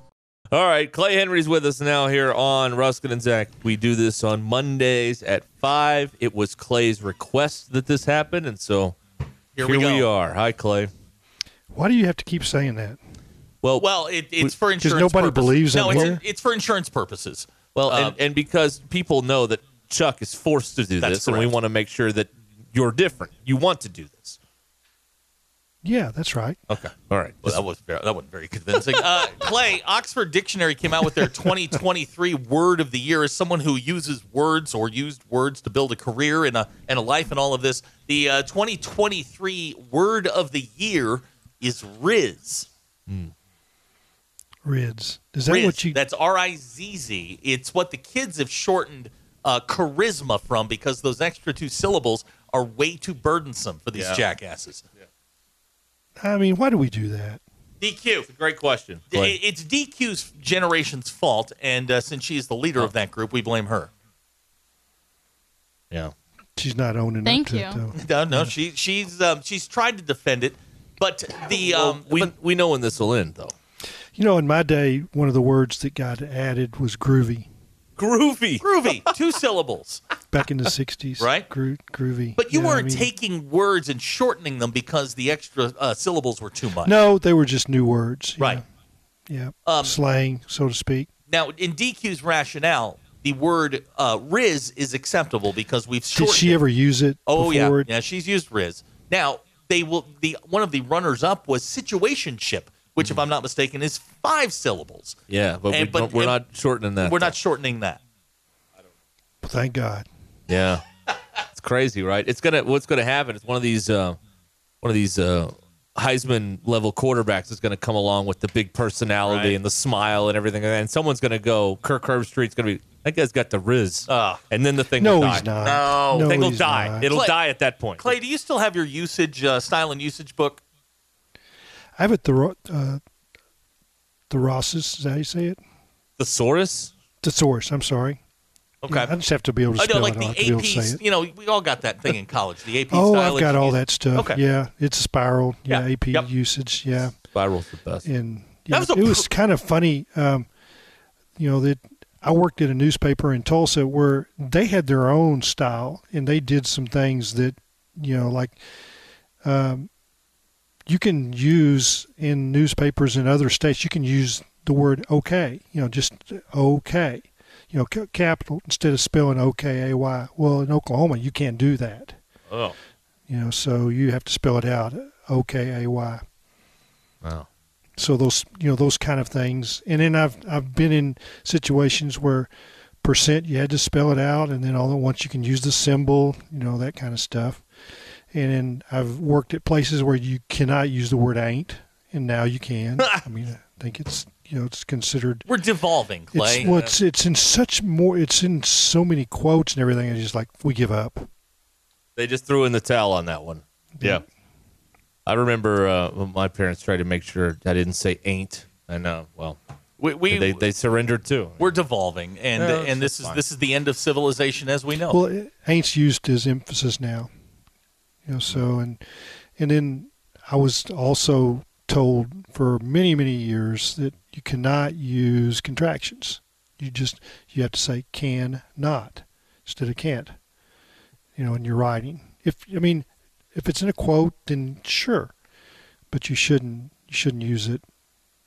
Speaker 3: All right, Clay Henry's with us now here on Ruskin and Zach. We do this on Mondays at five. It was Clay's request that this happened, and so
Speaker 4: Here,
Speaker 3: here
Speaker 4: we go.
Speaker 3: we are. Hi, Clay.
Speaker 8: Why do you have to keep saying that?
Speaker 3: Well,
Speaker 4: Well, it, it's for insurance.
Speaker 8: nobody
Speaker 4: purposes.
Speaker 8: believes
Speaker 4: No,
Speaker 8: in
Speaker 4: it's,
Speaker 8: here?
Speaker 4: it's for insurance purposes.
Speaker 3: Well,
Speaker 4: Um,
Speaker 3: and, and because people know that Chuck is forced to do
Speaker 4: That's
Speaker 3: this, and we
Speaker 4: correct.
Speaker 3: want to make sure that you're different. You want to do this.
Speaker 8: Yeah, that's right.
Speaker 3: Okay. All right.
Speaker 4: Well, that was very, that wasn't very convincing. Uh, Clay, Oxford Dictionary came out with their 2023 word of the year as someone who uses words or used words to build a career and a and a life and all of this. The uh, 2023 word of the year is Riz.
Speaker 8: Rids. Is that
Speaker 4: Riz.
Speaker 8: what you?
Speaker 4: That's R I Z Z. It's what the kids have shortened uh, charisma from because those extra two syllables are way too burdensome for these jackasses.
Speaker 8: I mean, why do we do that?
Speaker 4: DQ.
Speaker 3: great question.
Speaker 4: It- It's DQ's generation's fault, and uh, since she is the leader
Speaker 8: Oh.
Speaker 4: of that group, we blame her.
Speaker 3: yeah.
Speaker 8: She's not owning
Speaker 5: Thank
Speaker 8: up to
Speaker 5: you.
Speaker 8: it though.
Speaker 4: No, no, she she's um, she's tried to defend it, but the um,
Speaker 3: We
Speaker 4: but-
Speaker 3: we know when this will end though.
Speaker 8: You know, in my day, one of the words that got added was groovy
Speaker 3: Groovy.
Speaker 4: groovy two syllables.
Speaker 8: back in the '60s.
Speaker 4: Right.
Speaker 8: Gro- groovy.
Speaker 4: But you
Speaker 8: know what I
Speaker 4: weren't
Speaker 8: mean?
Speaker 4: taking words and shortening them because the extra uh, syllables were too much.
Speaker 8: No, they were just new words. you
Speaker 4: right.
Speaker 8: know. Yeah.
Speaker 4: Um,
Speaker 8: Slang, so to speak.
Speaker 4: Now, in DQ's rationale, the word uh, Riz is acceptable because we've
Speaker 8: Did
Speaker 4: shortened.
Speaker 8: she
Speaker 4: it.
Speaker 8: ever use it?
Speaker 4: Oh
Speaker 8: before?
Speaker 4: yeah, yeah. She's used Riz. Now they will. The one of the runners up was situationship, which,
Speaker 8: Mm.
Speaker 4: if I'm not mistaken, is five syllables.
Speaker 3: Yeah, but, we
Speaker 4: And- but-
Speaker 3: don't, we're
Speaker 4: and-
Speaker 3: not shortening that.
Speaker 4: We're
Speaker 3: though.
Speaker 4: not shortening that.
Speaker 8: Thank God.
Speaker 3: Yeah. it's crazy, right? It's gonna what's gonna happen is one of these uh one of these uh Heisman level quarterbacks is gonna come along with the big personality and the smile and everything and someone's gonna go Kirk Herbstreit's gonna be that guy's got the Riz.
Speaker 4: Ah.
Speaker 3: and then the thing
Speaker 8: No,
Speaker 3: will die.
Speaker 8: he's not.
Speaker 4: No.
Speaker 3: The
Speaker 8: no
Speaker 3: thing will
Speaker 8: he's
Speaker 3: die.
Speaker 8: not.
Speaker 3: It'll
Speaker 4: Clay-
Speaker 3: die at that point.
Speaker 4: Clay, do you still have your usage uh, style and usage book?
Speaker 8: I have it. The Ro- uh, the Rosses. Is that how you say it?
Speaker 3: Thesaurus?
Speaker 8: Thesaurus. I'm sorry.
Speaker 4: Okay.
Speaker 8: I just have to be able to
Speaker 4: I know,
Speaker 8: spell
Speaker 4: like
Speaker 8: it. I
Speaker 4: the
Speaker 8: have to be able to say
Speaker 4: AP.
Speaker 8: it.
Speaker 4: You know, we all got that thing in college. The AP
Speaker 8: Oh,
Speaker 4: style.
Speaker 8: I've got
Speaker 4: and
Speaker 8: all
Speaker 4: use-
Speaker 8: that stuff.
Speaker 4: Okay.
Speaker 8: Yeah, it's spiral. Yeah,
Speaker 4: Yeah.
Speaker 8: AP
Speaker 4: Yep.
Speaker 8: usage. Yeah,
Speaker 3: Spiral's the best.
Speaker 8: and yeah,
Speaker 4: was a
Speaker 8: it was
Speaker 4: pr-
Speaker 8: kind of funny. Um, you know that I worked at a newspaper in Tulsa where they had their own style and they did some things that you know like um, you can use in newspapers in other states. You can use the word okay. You know, just okay. You know, ca- capital instead of spelling O K A Y. Well, in Oklahoma, you can't do that.
Speaker 3: Oh,
Speaker 8: You know, so you have to spell it out O K A Y.
Speaker 3: wow.
Speaker 8: so those you know those kind of things and then i've i've been in situations where percent you had to spell it out and then all at once you can use the symbol you know that kind of stuff and then i've worked at places where you cannot use the word ain't and now you can i mean i think it's you know it's considered
Speaker 4: We're devolving, Clay.
Speaker 8: it's well, it's it's in such more it's in so many quotes and everything it's just like we give up
Speaker 3: They just threw in the towel on that one. Yeah. I remember uh, when my parents tried to make sure I didn't say ain't. I know. Well,
Speaker 4: we, we
Speaker 3: they, they surrendered too.
Speaker 4: We're devolving, and
Speaker 3: Yeah,
Speaker 4: and this
Speaker 3: that's
Speaker 4: is
Speaker 3: fine.
Speaker 4: this is the end of civilization as we know.
Speaker 8: Well,
Speaker 4: it.
Speaker 8: it- ain't's used as emphasis now. You know, so and and then I was also told for many many years that you cannot use contractions. You just you have to say can not instead of can't. You know, in your writing. If I mean, if it's in a quote, then sure, but you shouldn't you shouldn't use it.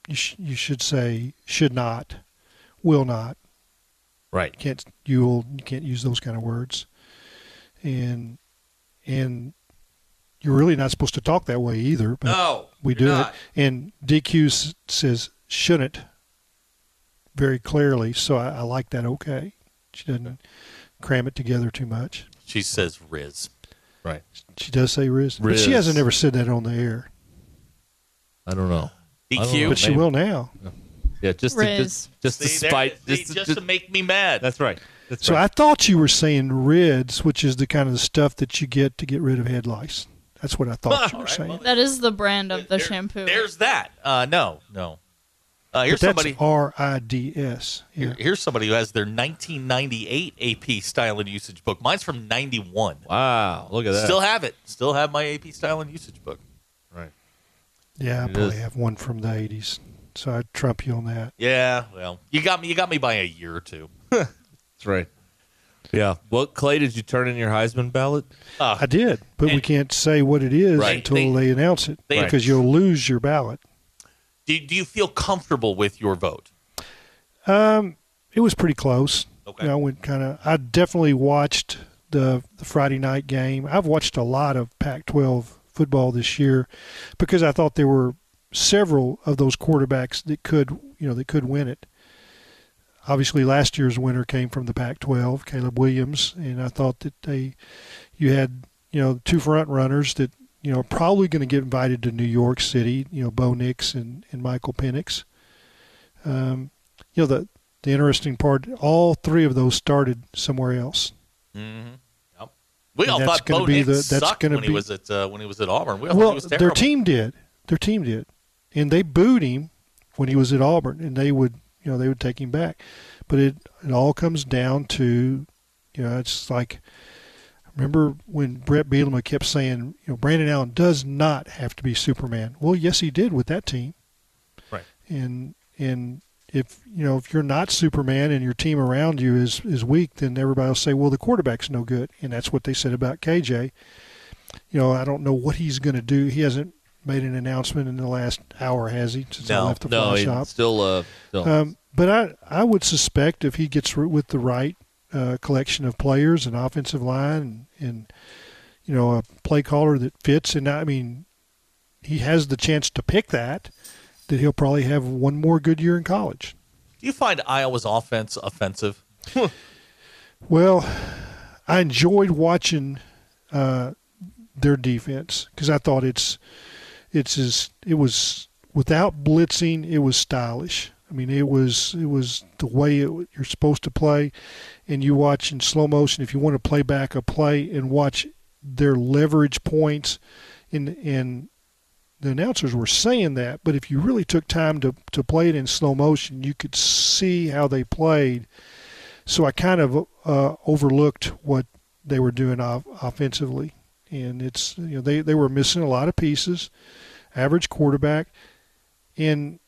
Speaker 8: You sh- you should say should not, will not,
Speaker 3: Right.
Speaker 8: you can't you will you can't use those kind of words and and you're really not supposed to talk that way either but
Speaker 3: No,
Speaker 8: we
Speaker 3: you're
Speaker 8: do
Speaker 3: not.
Speaker 8: it and dq s- says shouldn't very clearly so i, I like that okay she doesn't cram it together too much
Speaker 4: She says Riz.
Speaker 3: Right.
Speaker 8: she does say riz, but she
Speaker 3: Riz.
Speaker 8: hasn't ever said that on the air
Speaker 3: I don't know. I don't know,
Speaker 8: but she
Speaker 3: maybe.
Speaker 8: will now
Speaker 3: Yeah, just to, just, just to
Speaker 4: See, there-
Speaker 3: spite.
Speaker 4: see, just, to make me mad.
Speaker 3: That's right. That's
Speaker 8: so
Speaker 3: right.
Speaker 8: i thought you were saying rids which is the kind of stuff that you get to get rid of head lice that's what i thought you were saying
Speaker 5: That is the brand of the shampoo.
Speaker 4: There's that. Uh, no, no. Uh, here's
Speaker 8: But that's
Speaker 4: somebody.
Speaker 8: R I D S. Yeah.
Speaker 4: here- Here's somebody who has their 1998 AP Style and Usage book. Mine's from 91.
Speaker 3: Wow. Look at that.
Speaker 4: Still have it. Still have my AP Style and Usage book.
Speaker 3: Right.
Speaker 8: Yeah, I
Speaker 4: It
Speaker 8: probably
Speaker 4: is.
Speaker 8: have one from the eighties. So I'd trump you on that.
Speaker 4: Yeah. Well, you got me. You got me by a year or two.
Speaker 3: That's right. Yeah. What Clay did you turn in your Heisman ballot?
Speaker 8: I did, but we can't say what it is
Speaker 4: Uh, Right.
Speaker 8: until
Speaker 4: They-
Speaker 8: they, announce it
Speaker 4: they-
Speaker 8: because you'll lose your ballot.
Speaker 4: Do, do you feel comfortable with your vote?
Speaker 8: Um, it was pretty close.
Speaker 4: Okay.
Speaker 8: You know, I went kind of. I definitely watched the the Friday night game. I've watched a lot of Pac-12 football this year because I thought there were several of those quarterbacks that could, you know, that could win it. Obviously, last year's winner came from the Pac-12, Caleb Williams, and I thought that they, you had, you know, two front runners that, you know, are probably going to get invited to New York City. You know, Bo Nix and and Michael Penix. Um, you know the the interesting part all three of those started somewhere else
Speaker 4: Mm-hmm. Yep. We
Speaker 8: And
Speaker 4: all
Speaker 8: that's
Speaker 4: thought
Speaker 8: gonna
Speaker 4: Bo
Speaker 8: be
Speaker 4: Nix
Speaker 8: the- that's
Speaker 4: sucked
Speaker 8: gonna
Speaker 4: when he
Speaker 8: be-
Speaker 4: was at uh, when he was at Auburn. We all thought
Speaker 8: well
Speaker 4: he was
Speaker 8: their
Speaker 4: terrible.
Speaker 8: team did their team did and they booed him when he was at auburn and they would you know they would take him back but it it all comes down to you know it's like remember when brett bielema kept saying you know brandon allen does not have to be superman well yes he did with that team
Speaker 3: Right.
Speaker 8: and and if you know if you're not Superman and your team around you is is weak, then everybody will say, "Well, the quarterback's no good," and that's what they said about KJ. You know, I don't know what he's going to do. He hasn't made an announcement in the last hour, has he? Since I
Speaker 3: no,
Speaker 8: left the
Speaker 3: no,
Speaker 8: fly
Speaker 3: he-
Speaker 8: shop.
Speaker 3: still, uh, still.
Speaker 8: Um, but I, I would suspect if he gets r- with the right uh, collection of players and offensive line and, and you know a play caller that fits, and I mean, he has the chance to pick that. That he'll probably have one more good year in college.
Speaker 4: Do you find Iowa's offense offensive?
Speaker 8: Well, I enjoyed watching uh, their defense because I thought it's it's as it was without blitzing, it was stylish. I mean, it was it was the way it, w- you're supposed to play, and you watch in slow motion. If you want to play back a play and watch their leverage points, and and the announcers were saying that, but if you really took time to to play it in slow motion, you could see how they played so I kind of uh, overlooked what they were doing off- offensively, and it's you know they they were missing a lot of pieces, average quarterback, and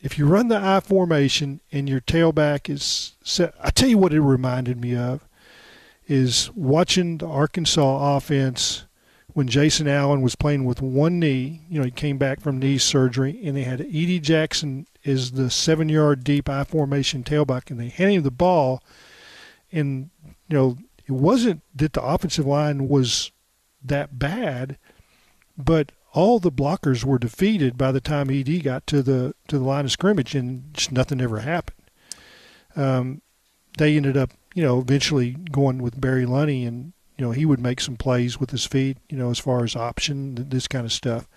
Speaker 8: if you run the I formation and your tailback is set, I tell you what it reminded me of is watching the Arkansas offense when Jason Allen was playing with one knee. You know, he came back from knee surgery, and they had Edie Jackson is the seven yard deep I formation tailback, and they handed him the ball, and you know it wasn't that the offensive line was that bad, but all the blockers were defeated by the time Ed got to the to the line of scrimmage, and just nothing ever happened. Um, they ended up, you know, eventually going with Barry Lunny, and you know he would make some plays with his feet, you know, as far as option th- this kind of stuff.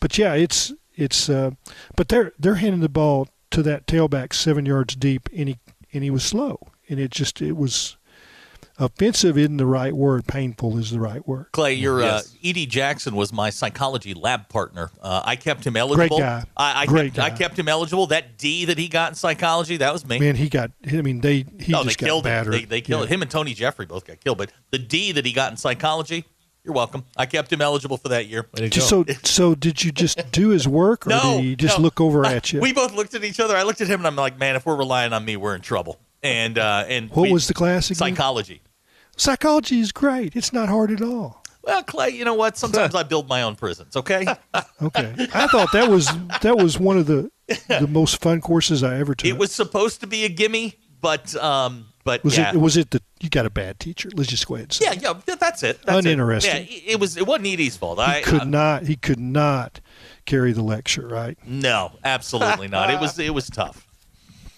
Speaker 8: But yeah, it's it's, uh, but they're they're handing the ball to that tailback seven yards deep, and he and he was slow, and it just it was offensive isn't the right word, painful is the right word.
Speaker 4: Clay, your uh, Edie Jackson was my psychology lab partner. Uh, I kept him eligible.
Speaker 8: guy.
Speaker 4: I, I
Speaker 8: Great
Speaker 4: kept, I
Speaker 8: guy.
Speaker 4: kept him eligible. That D that he got in psychology, that was me.
Speaker 8: Man, he got. I mean, they he
Speaker 4: no, they
Speaker 8: just got
Speaker 4: killed him.
Speaker 8: battered.
Speaker 4: They, they killed him and Tony Jeffrey both got killed. But the D that he got in psychology, you're welcome. I kept him eligible for that year.
Speaker 8: Just so so, did you just do his work, or
Speaker 4: No,
Speaker 8: did he just
Speaker 4: no.
Speaker 8: look over at you?
Speaker 4: we both looked at each other. I looked at him and I'm like, man, if we're relying on me, we're in trouble. And uh, and
Speaker 8: What
Speaker 4: we-
Speaker 8: was the class again?
Speaker 4: psychology?
Speaker 8: Psychology is great. It's not hard at all.
Speaker 4: Well, Clay, you know what? Sometimes I build my own prisons. Okay.
Speaker 8: Okay, I thought that was that was one of the the most fun courses I ever took.
Speaker 4: It was supposed to be a gimme, but um, but
Speaker 8: was
Speaker 4: yeah.
Speaker 8: it was it the you got a bad teacher? Let's just go ahead. And say.
Speaker 4: Yeah, yeah, th- that's it. That's it.
Speaker 8: Uninteresting.
Speaker 4: Yeah, it- it was. It wasn't Edie's fault. I, uh,
Speaker 8: could
Speaker 4: I-
Speaker 8: not he could not carry the lecture right.
Speaker 4: no, absolutely not. It was. It was tough.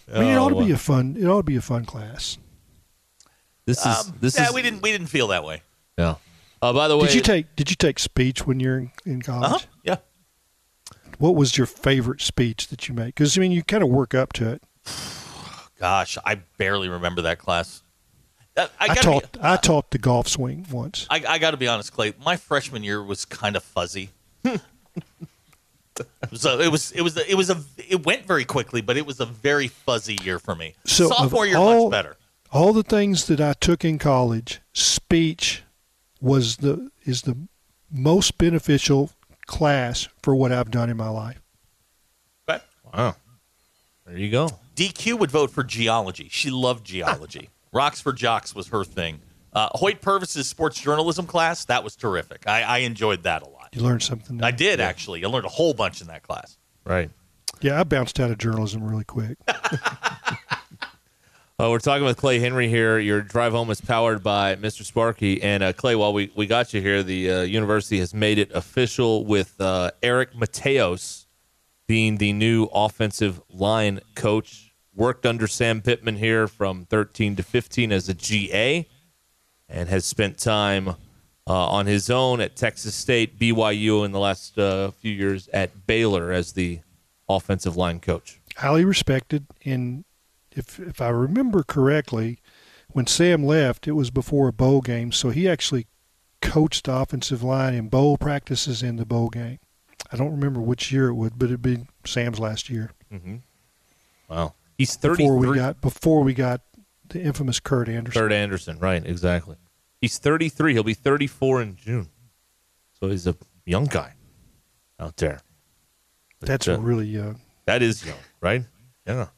Speaker 8: I
Speaker 4: Oh,
Speaker 8: mean, it ought to be a fun it ought to be a fun class.
Speaker 3: This is
Speaker 4: Um,
Speaker 3: this
Speaker 4: yeah,
Speaker 3: is
Speaker 4: we didn't. We didn't feel that way.
Speaker 3: yeah. Uh, by the way,
Speaker 8: did you take did you take speech when you're in, in college?
Speaker 4: Uh-huh. Yeah.
Speaker 8: What was your favorite speech that you made? Because I mean, you kind of work up to it.
Speaker 4: Gosh, I barely remember that class. Uh, I
Speaker 8: I,
Speaker 4: gotta
Speaker 8: taught
Speaker 4: Be,
Speaker 8: I taught the golf swing once.
Speaker 4: I, I got to be honest, Clay. My freshman year was kind of fuzzy. so it was. It was. It was a. It went very quickly, but it was a very fuzzy year for me.
Speaker 8: So of
Speaker 4: sophomore year
Speaker 8: all-
Speaker 4: much better.
Speaker 8: All the things that I took in college, speech was the is the most beneficial class for what I've done in my life.
Speaker 3: Wow. There you go.
Speaker 4: DQ would vote for geology. She loved geology. Rocks for Jocks was her thing. Uh, Hoyt Purvis's sports journalism class, that was terrific. I, I enjoyed that a lot.
Speaker 8: You learn something.
Speaker 4: I did, actually. I learned a whole bunch in that class.
Speaker 3: Right.
Speaker 8: Yeah, I bounced out of journalism really quick.
Speaker 3: Uh, we're talking with Clay Henry here. Your drive home is powered by Mr. Sparky. And uh, Clay, while we, we got you here, the uh, university has made it official with uh, Eric Mateos being the new offensive line coach. Worked under Sam Pittman here from 13 to 15 as a GA and has spent time uh, on his own at Texas State, BYU, in the last uh, few years at Baylor as the offensive line coach.
Speaker 8: highly respected. And if if I remember correctly, when Sam left, it was before a bowl game, so he actually coached the offensive line in bowl practices in the bowl game. I don't remember which year it would, but it'd be Sam's last year
Speaker 3: Mm-hmm. Wow. He's 33.
Speaker 8: before we got before we got the infamous Kurt Anderson.
Speaker 3: Third Anderson, right, exactly. He's 33. He'll be 34 in June. So he's a young guy out there. But,
Speaker 8: That's
Speaker 3: uh,
Speaker 8: really young.
Speaker 3: That is young, right? Yeah.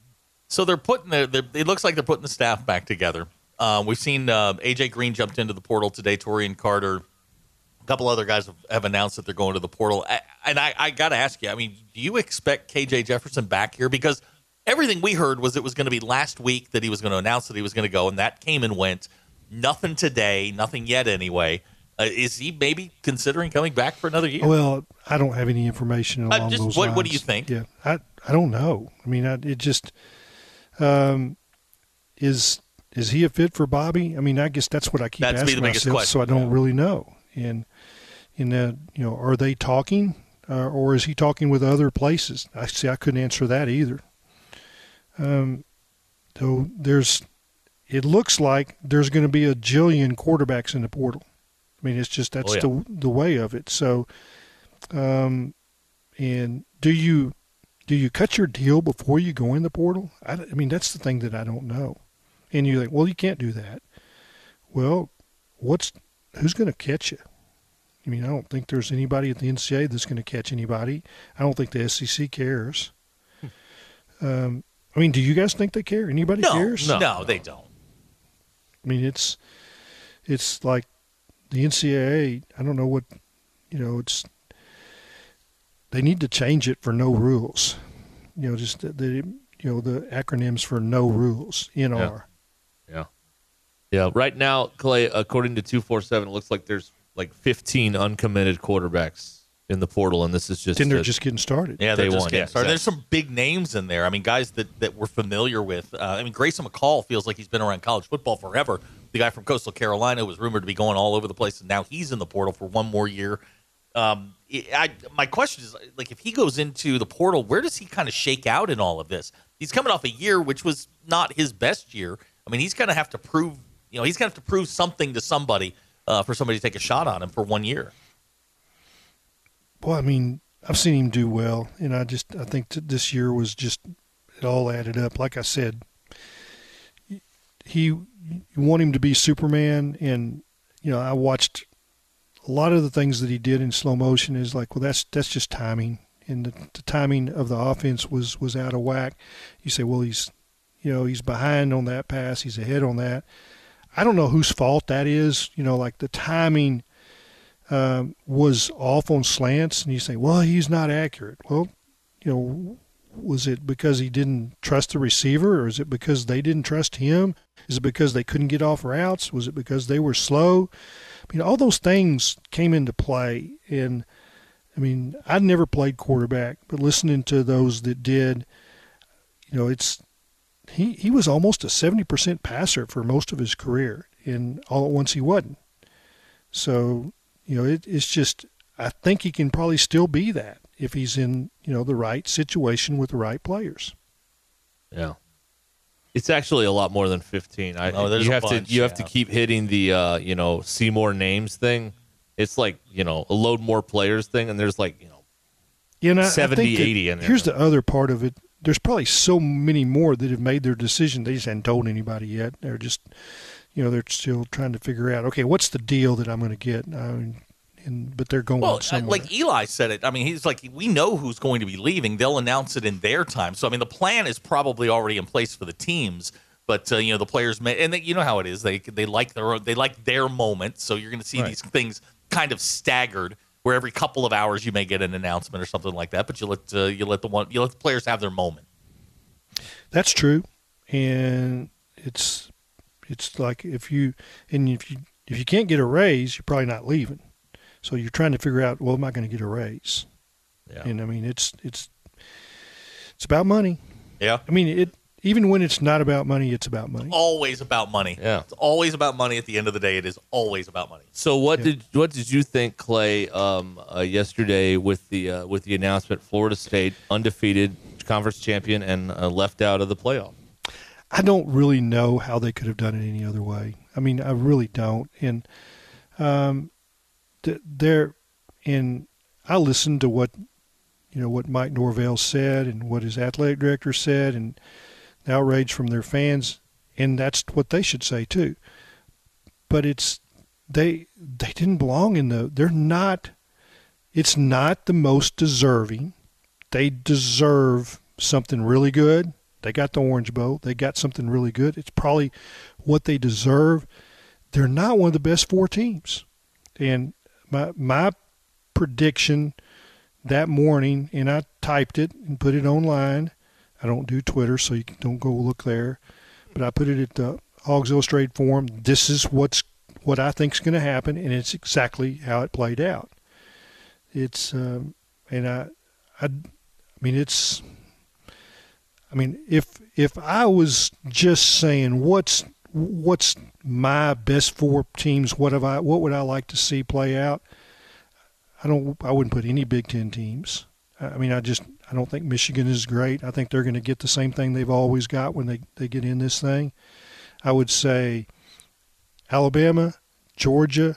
Speaker 4: So they're putting their, their it looks like they're putting the staff back together. Uh, we've seen uh, AJ Green jumped into the portal today. Torian Carter, a couple other guys have, have announced that they're going to the portal. I, and I, I got to ask you, I mean, do you expect KJ Jefferson back here? Because everything we heard was it was going to be last week that he was going to announce that he was going to go, and that came and went. Nothing today, nothing yet anyway. Uh, is he maybe considering coming back for another year?
Speaker 8: Well, I don't have any information
Speaker 4: Uh,
Speaker 8: along
Speaker 4: just
Speaker 8: those
Speaker 4: what-
Speaker 8: lines.
Speaker 4: what do you think?
Speaker 8: Yeah, I I don't know. I mean, I, it just um, is is he a fit for Bobby? I mean, I guess that's what I keep
Speaker 4: That's be
Speaker 8: asking
Speaker 4: the biggest
Speaker 8: myself. So
Speaker 4: question,
Speaker 8: I don't really know. And and uh, you know, are they talking, uh, or is he talking with other places? I see. I couldn't answer that either. Um, so there's, it looks like there's going to be a jillion quarterbacks in the portal. I mean, it's just that's
Speaker 9: Oh, yeah.
Speaker 8: the the way of it. So, um, and do you do you cut your deal before you go in the portal? I, I mean, that's the thing that I don't know. And you're like, well, you can't do that. Well, what's who's going to catch you? I mean, I don't think there's anybody at the NCAA that's going to catch anybody. I don't think the SEC cares.
Speaker 9: Hmm.
Speaker 8: Um, I mean, do you guys think they care? Anybody
Speaker 4: no,
Speaker 8: cares?
Speaker 4: no, they don't.
Speaker 8: I mean, it's it's like the NCAA. I don't know what you know, it's they need to change it for no rules. You know, just the, the you know the acronyms for no rules NR.
Speaker 3: Yeah. Yeah. Right now, Clay, according to 247, it looks like there's like 15 uncommitted quarterbacks in the portal, and this is just.
Speaker 8: Then they're
Speaker 3: a-
Speaker 8: just getting started.
Speaker 4: Yeah, they're
Speaker 3: Day
Speaker 4: just
Speaker 3: one,
Speaker 4: getting
Speaker 3: yeah,
Speaker 4: started. There's
Speaker 3: exactly.
Speaker 4: some big names in there. I mean, guys that, that we're familiar with. Uh, I mean, Grayson McCall feels like he's been around college football forever. The guy from Coastal Carolina was rumored to be going all over the place, and now he's in the portal for one more year. Um, I, I- my question is, like, if he goes into the portal, where does he kind of shake out in all of this? He's coming off a year which was not his best year. I mean, he's going to have to prove, you know, he's going to have to prove something to somebody uh, for somebody to take a shot on him for one year.
Speaker 8: Well, I mean, I've seen him do well, and I just I think that this year was just it all added up. Like I said, he you want him to be Superman, and you know I watched a lot of the things that he did in slow motion is like, well, that's that's just timing, and the, the timing of the offense was was out of whack. You say, well, he's you know he's behind on that pass, he's ahead on that. I don't know whose fault that is. You know, like the timing um, was off on slants, and you say, well, he's not accurate. Well, you know, was it because he didn't trust the receiver, or is it because they didn't trust him? Is it because they couldn't get off routes? Was it because they were slow? I mean, all those things came into play, and I mean, I never played quarterback, but listening to those that did, you know, it's he he was almost a seventy percent passer for most of his career, and all at once he wasn't. So, you know, it, it's just I think he can probably still be that if he's in you know the right situation with the right players.
Speaker 3: Yeah. It's actually a lot more than 15. I
Speaker 4: Oh, there's
Speaker 3: you
Speaker 4: a
Speaker 3: have
Speaker 4: bunch,
Speaker 3: to you have to
Speaker 4: yeah.
Speaker 3: keep hitting the uh, you know, see more names thing. It's like, you know, a load more players thing and there's like, you know,
Speaker 8: You know,
Speaker 3: 70,
Speaker 8: I think that-
Speaker 3: 80 in there.
Speaker 8: Here's the other part of it. There's probably so many more that have made their decision. They just hadn't told anybody yet. They're just, you know, they're still trying to figure out. Okay, what's the deal that I'm going to get? I mean, and but they're going
Speaker 4: Well, uh,
Speaker 8: somewhere.
Speaker 4: like Eli said it. I mean, he's like, we know who's going to be leaving. They'll announce it in their time. So, I mean, the plan is probably already in place for the teams. But uh, you know, the players may, and they, you know how it is. They they like their own, they like their moment. So you're going to see these things kind of staggered, where every couple of hours you may get an announcement or something like that. But you let uh, you let the one you let the players have their moment.
Speaker 8: That's true, and it's it's like if you and if you if you can't get a raise, you're probably not leaving. So you're trying to figure out, well, am I going to get a raise?
Speaker 3: Yeah.
Speaker 8: And I mean, it's it's it's about money.
Speaker 4: Yeah.
Speaker 8: I mean, it even when it's not about money, it's about money.
Speaker 4: Always about money.
Speaker 3: Yeah.
Speaker 4: It's always about money. At the end of the day, it is always about money.
Speaker 3: So what did what did you think, Clay, um, uh, yesterday with the uh, with the announcement? Florida State undefeated, conference champion, and uh, left out of the playoff.
Speaker 8: I don't really know how they could have done it any other way. I mean, I really don't. And um, th- there, and I listened to what you know what Mike Norvell said and what his athletic director said, and the outrage from their fans, and that's what they should say too. But it's they they didn't belong in the. They're not. It's not the most deserving they deserve something really good. They got the Orange Bowl. They got something really good. It's probably what they deserve. They're not one of the best four teams. And my my prediction that morning, and I typed it and put it online. I don't do Twitter, so you can- don't go look there. But I put it at the Hogs Illustrated Forum. This is what's what I think's going to happen, and it's exactly how it played out. It's um, and I I, I mean, it's. I mean, if if I was just saying what's what's my best four teams, what have I, what would I like to see play out? I don't. I wouldn't put any Big Ten teams. I I mean, I just I don't think Michigan is great. I think they're going to get the same thing they've always got when they they get in this thing. I would say Alabama, Georgia,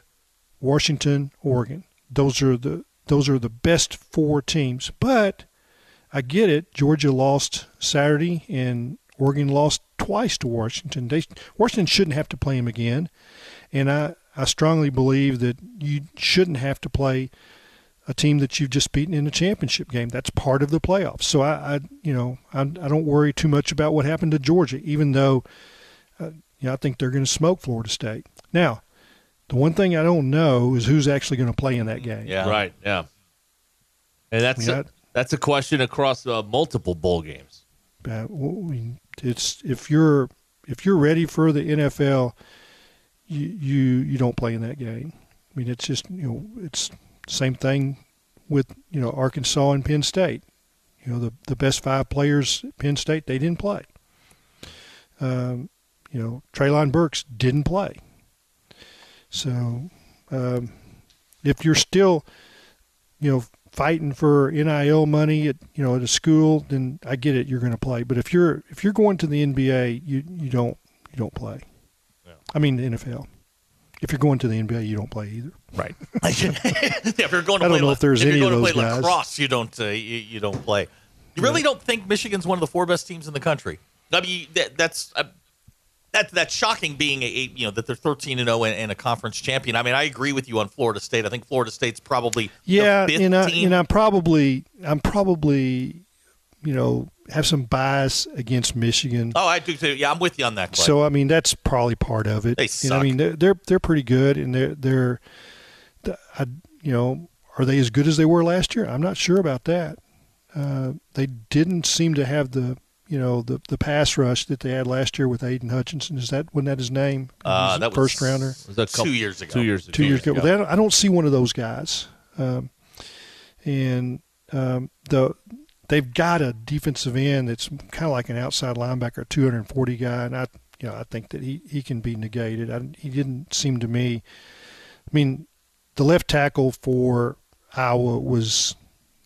Speaker 8: Washington, Oregon. Those are the those are the best four teams. But I get it. Georgia lost Saturday and Oregon lost twice to Washington. They Washington shouldn't have to play them again. And I, I strongly believe that you shouldn't have to play a team that you've just beaten in a championship game. That's part of the playoffs. So I, I you know, I, I don't worry too much about what happened to Georgia, even though uh, you know, I think they're going to smoke Florida State. Now, The one thing I don't know is who's actually going to play in that game.
Speaker 3: Yeah. Right. Yeah. And that's
Speaker 8: Yeah.
Speaker 3: a, that's a question across uh, multiple bowl games.
Speaker 8: Uh, w- we- it's if you're if you're ready for the NFL, you you, you don't play in that game. I mean, it's just you know it's same thing with you know Arkansas and Penn State. You know the the best five players at Penn State they didn't play. Um, you know Traylon Burks didn't play. So um, if you're still you know fighting for NIL money at you know at a school, then I get it. You're going to play, but if you're if you're going to the NBA, you you don't you don't play. I mean the NFL. If you're going to the NBA, you don't play either.
Speaker 3: Right.
Speaker 4: yeah, if you're going to
Speaker 8: I don't
Speaker 4: play,
Speaker 8: know
Speaker 4: la-
Speaker 8: if there's any
Speaker 4: you're
Speaker 8: of
Speaker 4: going
Speaker 8: those
Speaker 4: to play
Speaker 8: guys.
Speaker 4: lacrosse, you don't uh, you, you don't play. You really don't think Michigan's one of the four best teams in the country? I mean, that, that's uh, that that's shocking. Being a, a- you know that they're thirteen and zero and and a conference champion. I mean, I agree with you on Florida State. I think Florida State's probably
Speaker 8: Yeah,
Speaker 4: the fifth
Speaker 8: and I
Speaker 4: team.
Speaker 8: and I'm probably I'm probably you know have some bias against Michigan.
Speaker 4: oh, I do too. Yeah, I'm with you on that. Clay.
Speaker 8: So I mean that's probably part of it.
Speaker 4: They
Speaker 8: And,
Speaker 4: suck.
Speaker 8: I mean they're, they're they're pretty good, and they're they're, th- I, you know, are they as good as they were last year? I'm not sure about that. Uh, they didn't seem to have the you know the the pass rush that they had last year with Aiden Hutchinson. Is that wasn't that his name?
Speaker 4: Uh,
Speaker 8: His
Speaker 4: that was
Speaker 8: first rounder.
Speaker 4: was a couple- two years ago.
Speaker 3: Two years ago.
Speaker 8: Two years ago. Well, they- I don't see one of those guys. Um, and um, the they've got a defensive end that's kind of like an outside linebacker, 240 guy, and I you know I think that he, he can be negated. I, he didn't seem to me. I mean, the left tackle for Iowa was,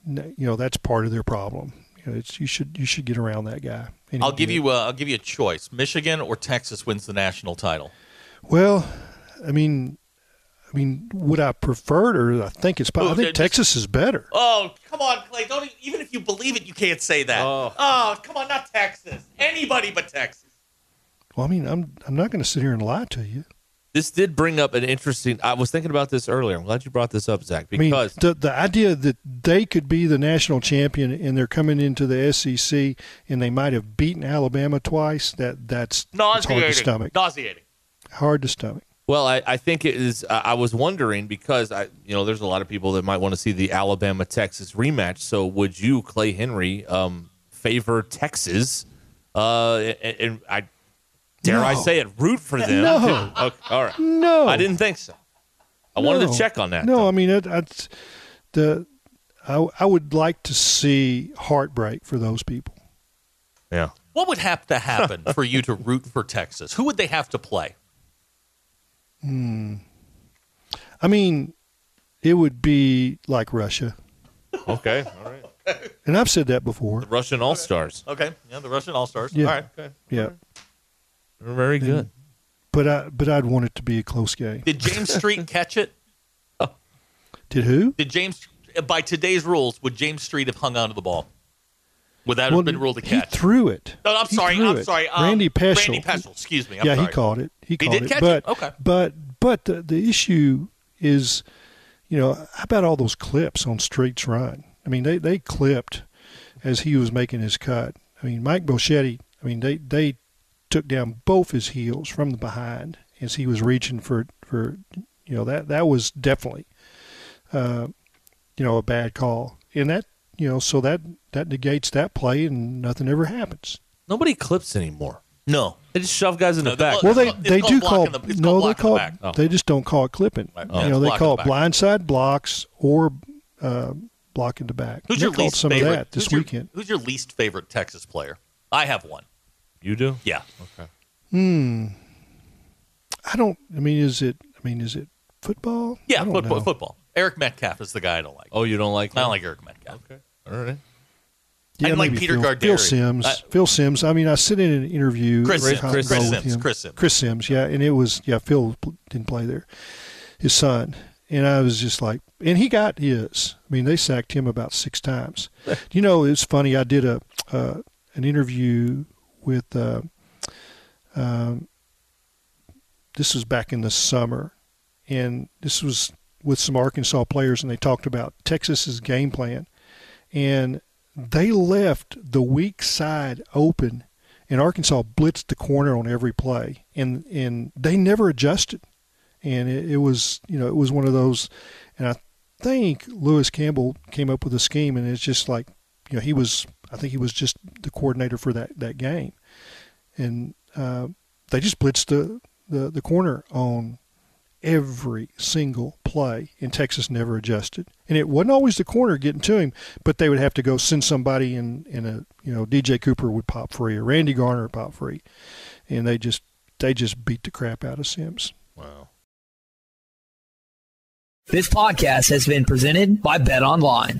Speaker 8: you know, that's part of their problem. You know, it's you should you should get around that guy. And he
Speaker 4: I'll give
Speaker 8: did.
Speaker 4: you i I'll give you a choice: Michigan or Texas wins the national title.
Speaker 8: Well, I mean, I mean, would I prefer it or I think it's? I
Speaker 4: Well,
Speaker 8: think
Speaker 4: just-
Speaker 8: Texas is better.
Speaker 4: Oh, come on, Clay. Don't e- even if you believe it, you can't say that. Oh, come on, not Texas. Anybody but Texas.
Speaker 8: Well, I mean, I'm I'm not going to sit here and lie to you.
Speaker 3: This did bring up an interesting. I was thinking about this earlier. I'm glad you brought this up, Zach,
Speaker 8: I mean,
Speaker 3: because
Speaker 8: the the idea that they could be the national champion and they're coming into the SEC and they might have beaten Alabama twice that that's it's hard to stomach.
Speaker 4: Nauseating.
Speaker 8: Hard to stomach.
Speaker 3: Well, I, I think it is. I I was wondering because I, you know, there's a lot of people that might want to see the Alabama Texas rematch. So, would you, Clay Henry, um, favor Texas? Uh, and, and I dare I
Speaker 10: No.
Speaker 3: say it, root for them?
Speaker 8: No.
Speaker 3: Okay, all right.
Speaker 8: No.
Speaker 3: I didn't think so. I wanted
Speaker 8: No.
Speaker 3: to check on that.
Speaker 8: No, I mean, it, it's the I I would like to see heartbreak for those people.
Speaker 3: Yeah.
Speaker 4: What would have to happen for you to root for Texas? Who would they have to play?
Speaker 8: Hmm. I mean, it would be like Russia,
Speaker 3: Okay. All right.
Speaker 8: and I've said that before.
Speaker 3: The Russian All Stars.
Speaker 4: Okay. Yeah, the Russian All Stars.
Speaker 8: Yeah.
Speaker 4: All right. Okay.
Speaker 8: Yeah,
Speaker 3: Very good.
Speaker 8: but I but I'd want it to be a close game.
Speaker 4: Did James Street catch it?
Speaker 8: Did who?
Speaker 4: Did James, by today's rules, would James Street have hung onto the ball? Would that
Speaker 8: Well,
Speaker 4: have been ruled a
Speaker 8: He
Speaker 4: catch?
Speaker 8: threw it.
Speaker 4: No, I'm
Speaker 8: He
Speaker 4: sorry.
Speaker 8: threw
Speaker 4: I'm
Speaker 8: it.
Speaker 4: sorry. Um,
Speaker 8: Randy Peschel.
Speaker 4: Randy Peschel. Excuse me. I'm
Speaker 8: yeah,
Speaker 4: sorry.
Speaker 8: he caught it. He caught
Speaker 4: did
Speaker 8: it.
Speaker 4: catch
Speaker 8: but,
Speaker 4: it. Okay.
Speaker 8: But but the, the issue is, you know, how about all those clips on Streets Run? I mean, they they clipped as he was making his cut. I mean, Mike Boschetti. I mean, they they took down both his heels from the behind as he was reaching for for you know that that was definitely uh, you know a bad call and that you know so that that negates that play and nothing ever happens.
Speaker 3: Nobody clips anymore.
Speaker 4: No.
Speaker 3: They just shove guys in the back.
Speaker 8: Well, they
Speaker 4: it's
Speaker 8: they
Speaker 4: called
Speaker 8: do call
Speaker 4: blocking the- it's
Speaker 8: no,
Speaker 4: called
Speaker 8: they
Speaker 4: blocking the
Speaker 8: call
Speaker 4: back. Oh.
Speaker 8: they just don't call it clipping.
Speaker 4: Yeah,
Speaker 8: you know,
Speaker 4: it's
Speaker 8: they
Speaker 4: blocking
Speaker 8: call
Speaker 4: the
Speaker 8: it
Speaker 4: back.
Speaker 8: blindside blocks or uh, blocking the back.
Speaker 4: Who's
Speaker 8: they
Speaker 4: your
Speaker 8: called
Speaker 4: least
Speaker 8: some
Speaker 4: favorite?
Speaker 8: of that this
Speaker 4: who's your-
Speaker 8: weekend.
Speaker 4: who's your least favorite Texas player? I have one.
Speaker 3: You do?
Speaker 4: Yeah.
Speaker 3: Okay.
Speaker 8: Hmm. I don't. I mean, is it? I mean, is it football?
Speaker 4: Yeah,
Speaker 8: I don't
Speaker 4: football.
Speaker 8: know.
Speaker 4: Football. Eric Metcalf is the guy I don't like.
Speaker 3: Oh, you don't like?
Speaker 4: I don't like Eric Metcalf. Okay.
Speaker 3: All
Speaker 4: I
Speaker 3: right.
Speaker 4: didn't like
Speaker 8: maybe
Speaker 4: Peter
Speaker 8: Phil,
Speaker 4: Garderi.
Speaker 8: Phil Sims.
Speaker 4: I-
Speaker 8: Phil Sims. I mean, I sit in an interview.
Speaker 4: Chris
Speaker 8: with
Speaker 4: Sims,
Speaker 8: Tom
Speaker 4: Chris
Speaker 8: Cole with
Speaker 4: Sims,
Speaker 8: him.
Speaker 4: Chris Sims.
Speaker 8: Chris Sims. Yeah, and it was yeah. Phil pl- didn't play there. His son and I was just like, and he got his. I mean, they sacked him about six times. you know, it's funny. I did a uh, an interview with. Uh, um, this was back in the summer, and this was with some Arkansas players, and they talked about Texas's game plan, and they left the weak side open, and Arkansas blitzed the corner on every play, and and they never adjusted, and it, it was you know it was one of those, and I think Lewis Campbell came up with a scheme, and it's just like you know he was I think he was just the coordinator for that that game, and uh, they just blitzed the, the the corner on every single play, and Texas never adjusted. And it wasn't always the corner getting to him, but they would have to go send somebody, and and a you know DJ Cooper would pop free or Randy Garner would pop free, and they just they just beat the crap out of Sims.
Speaker 9: Wow.
Speaker 11: This podcast has been presented by Bet Online.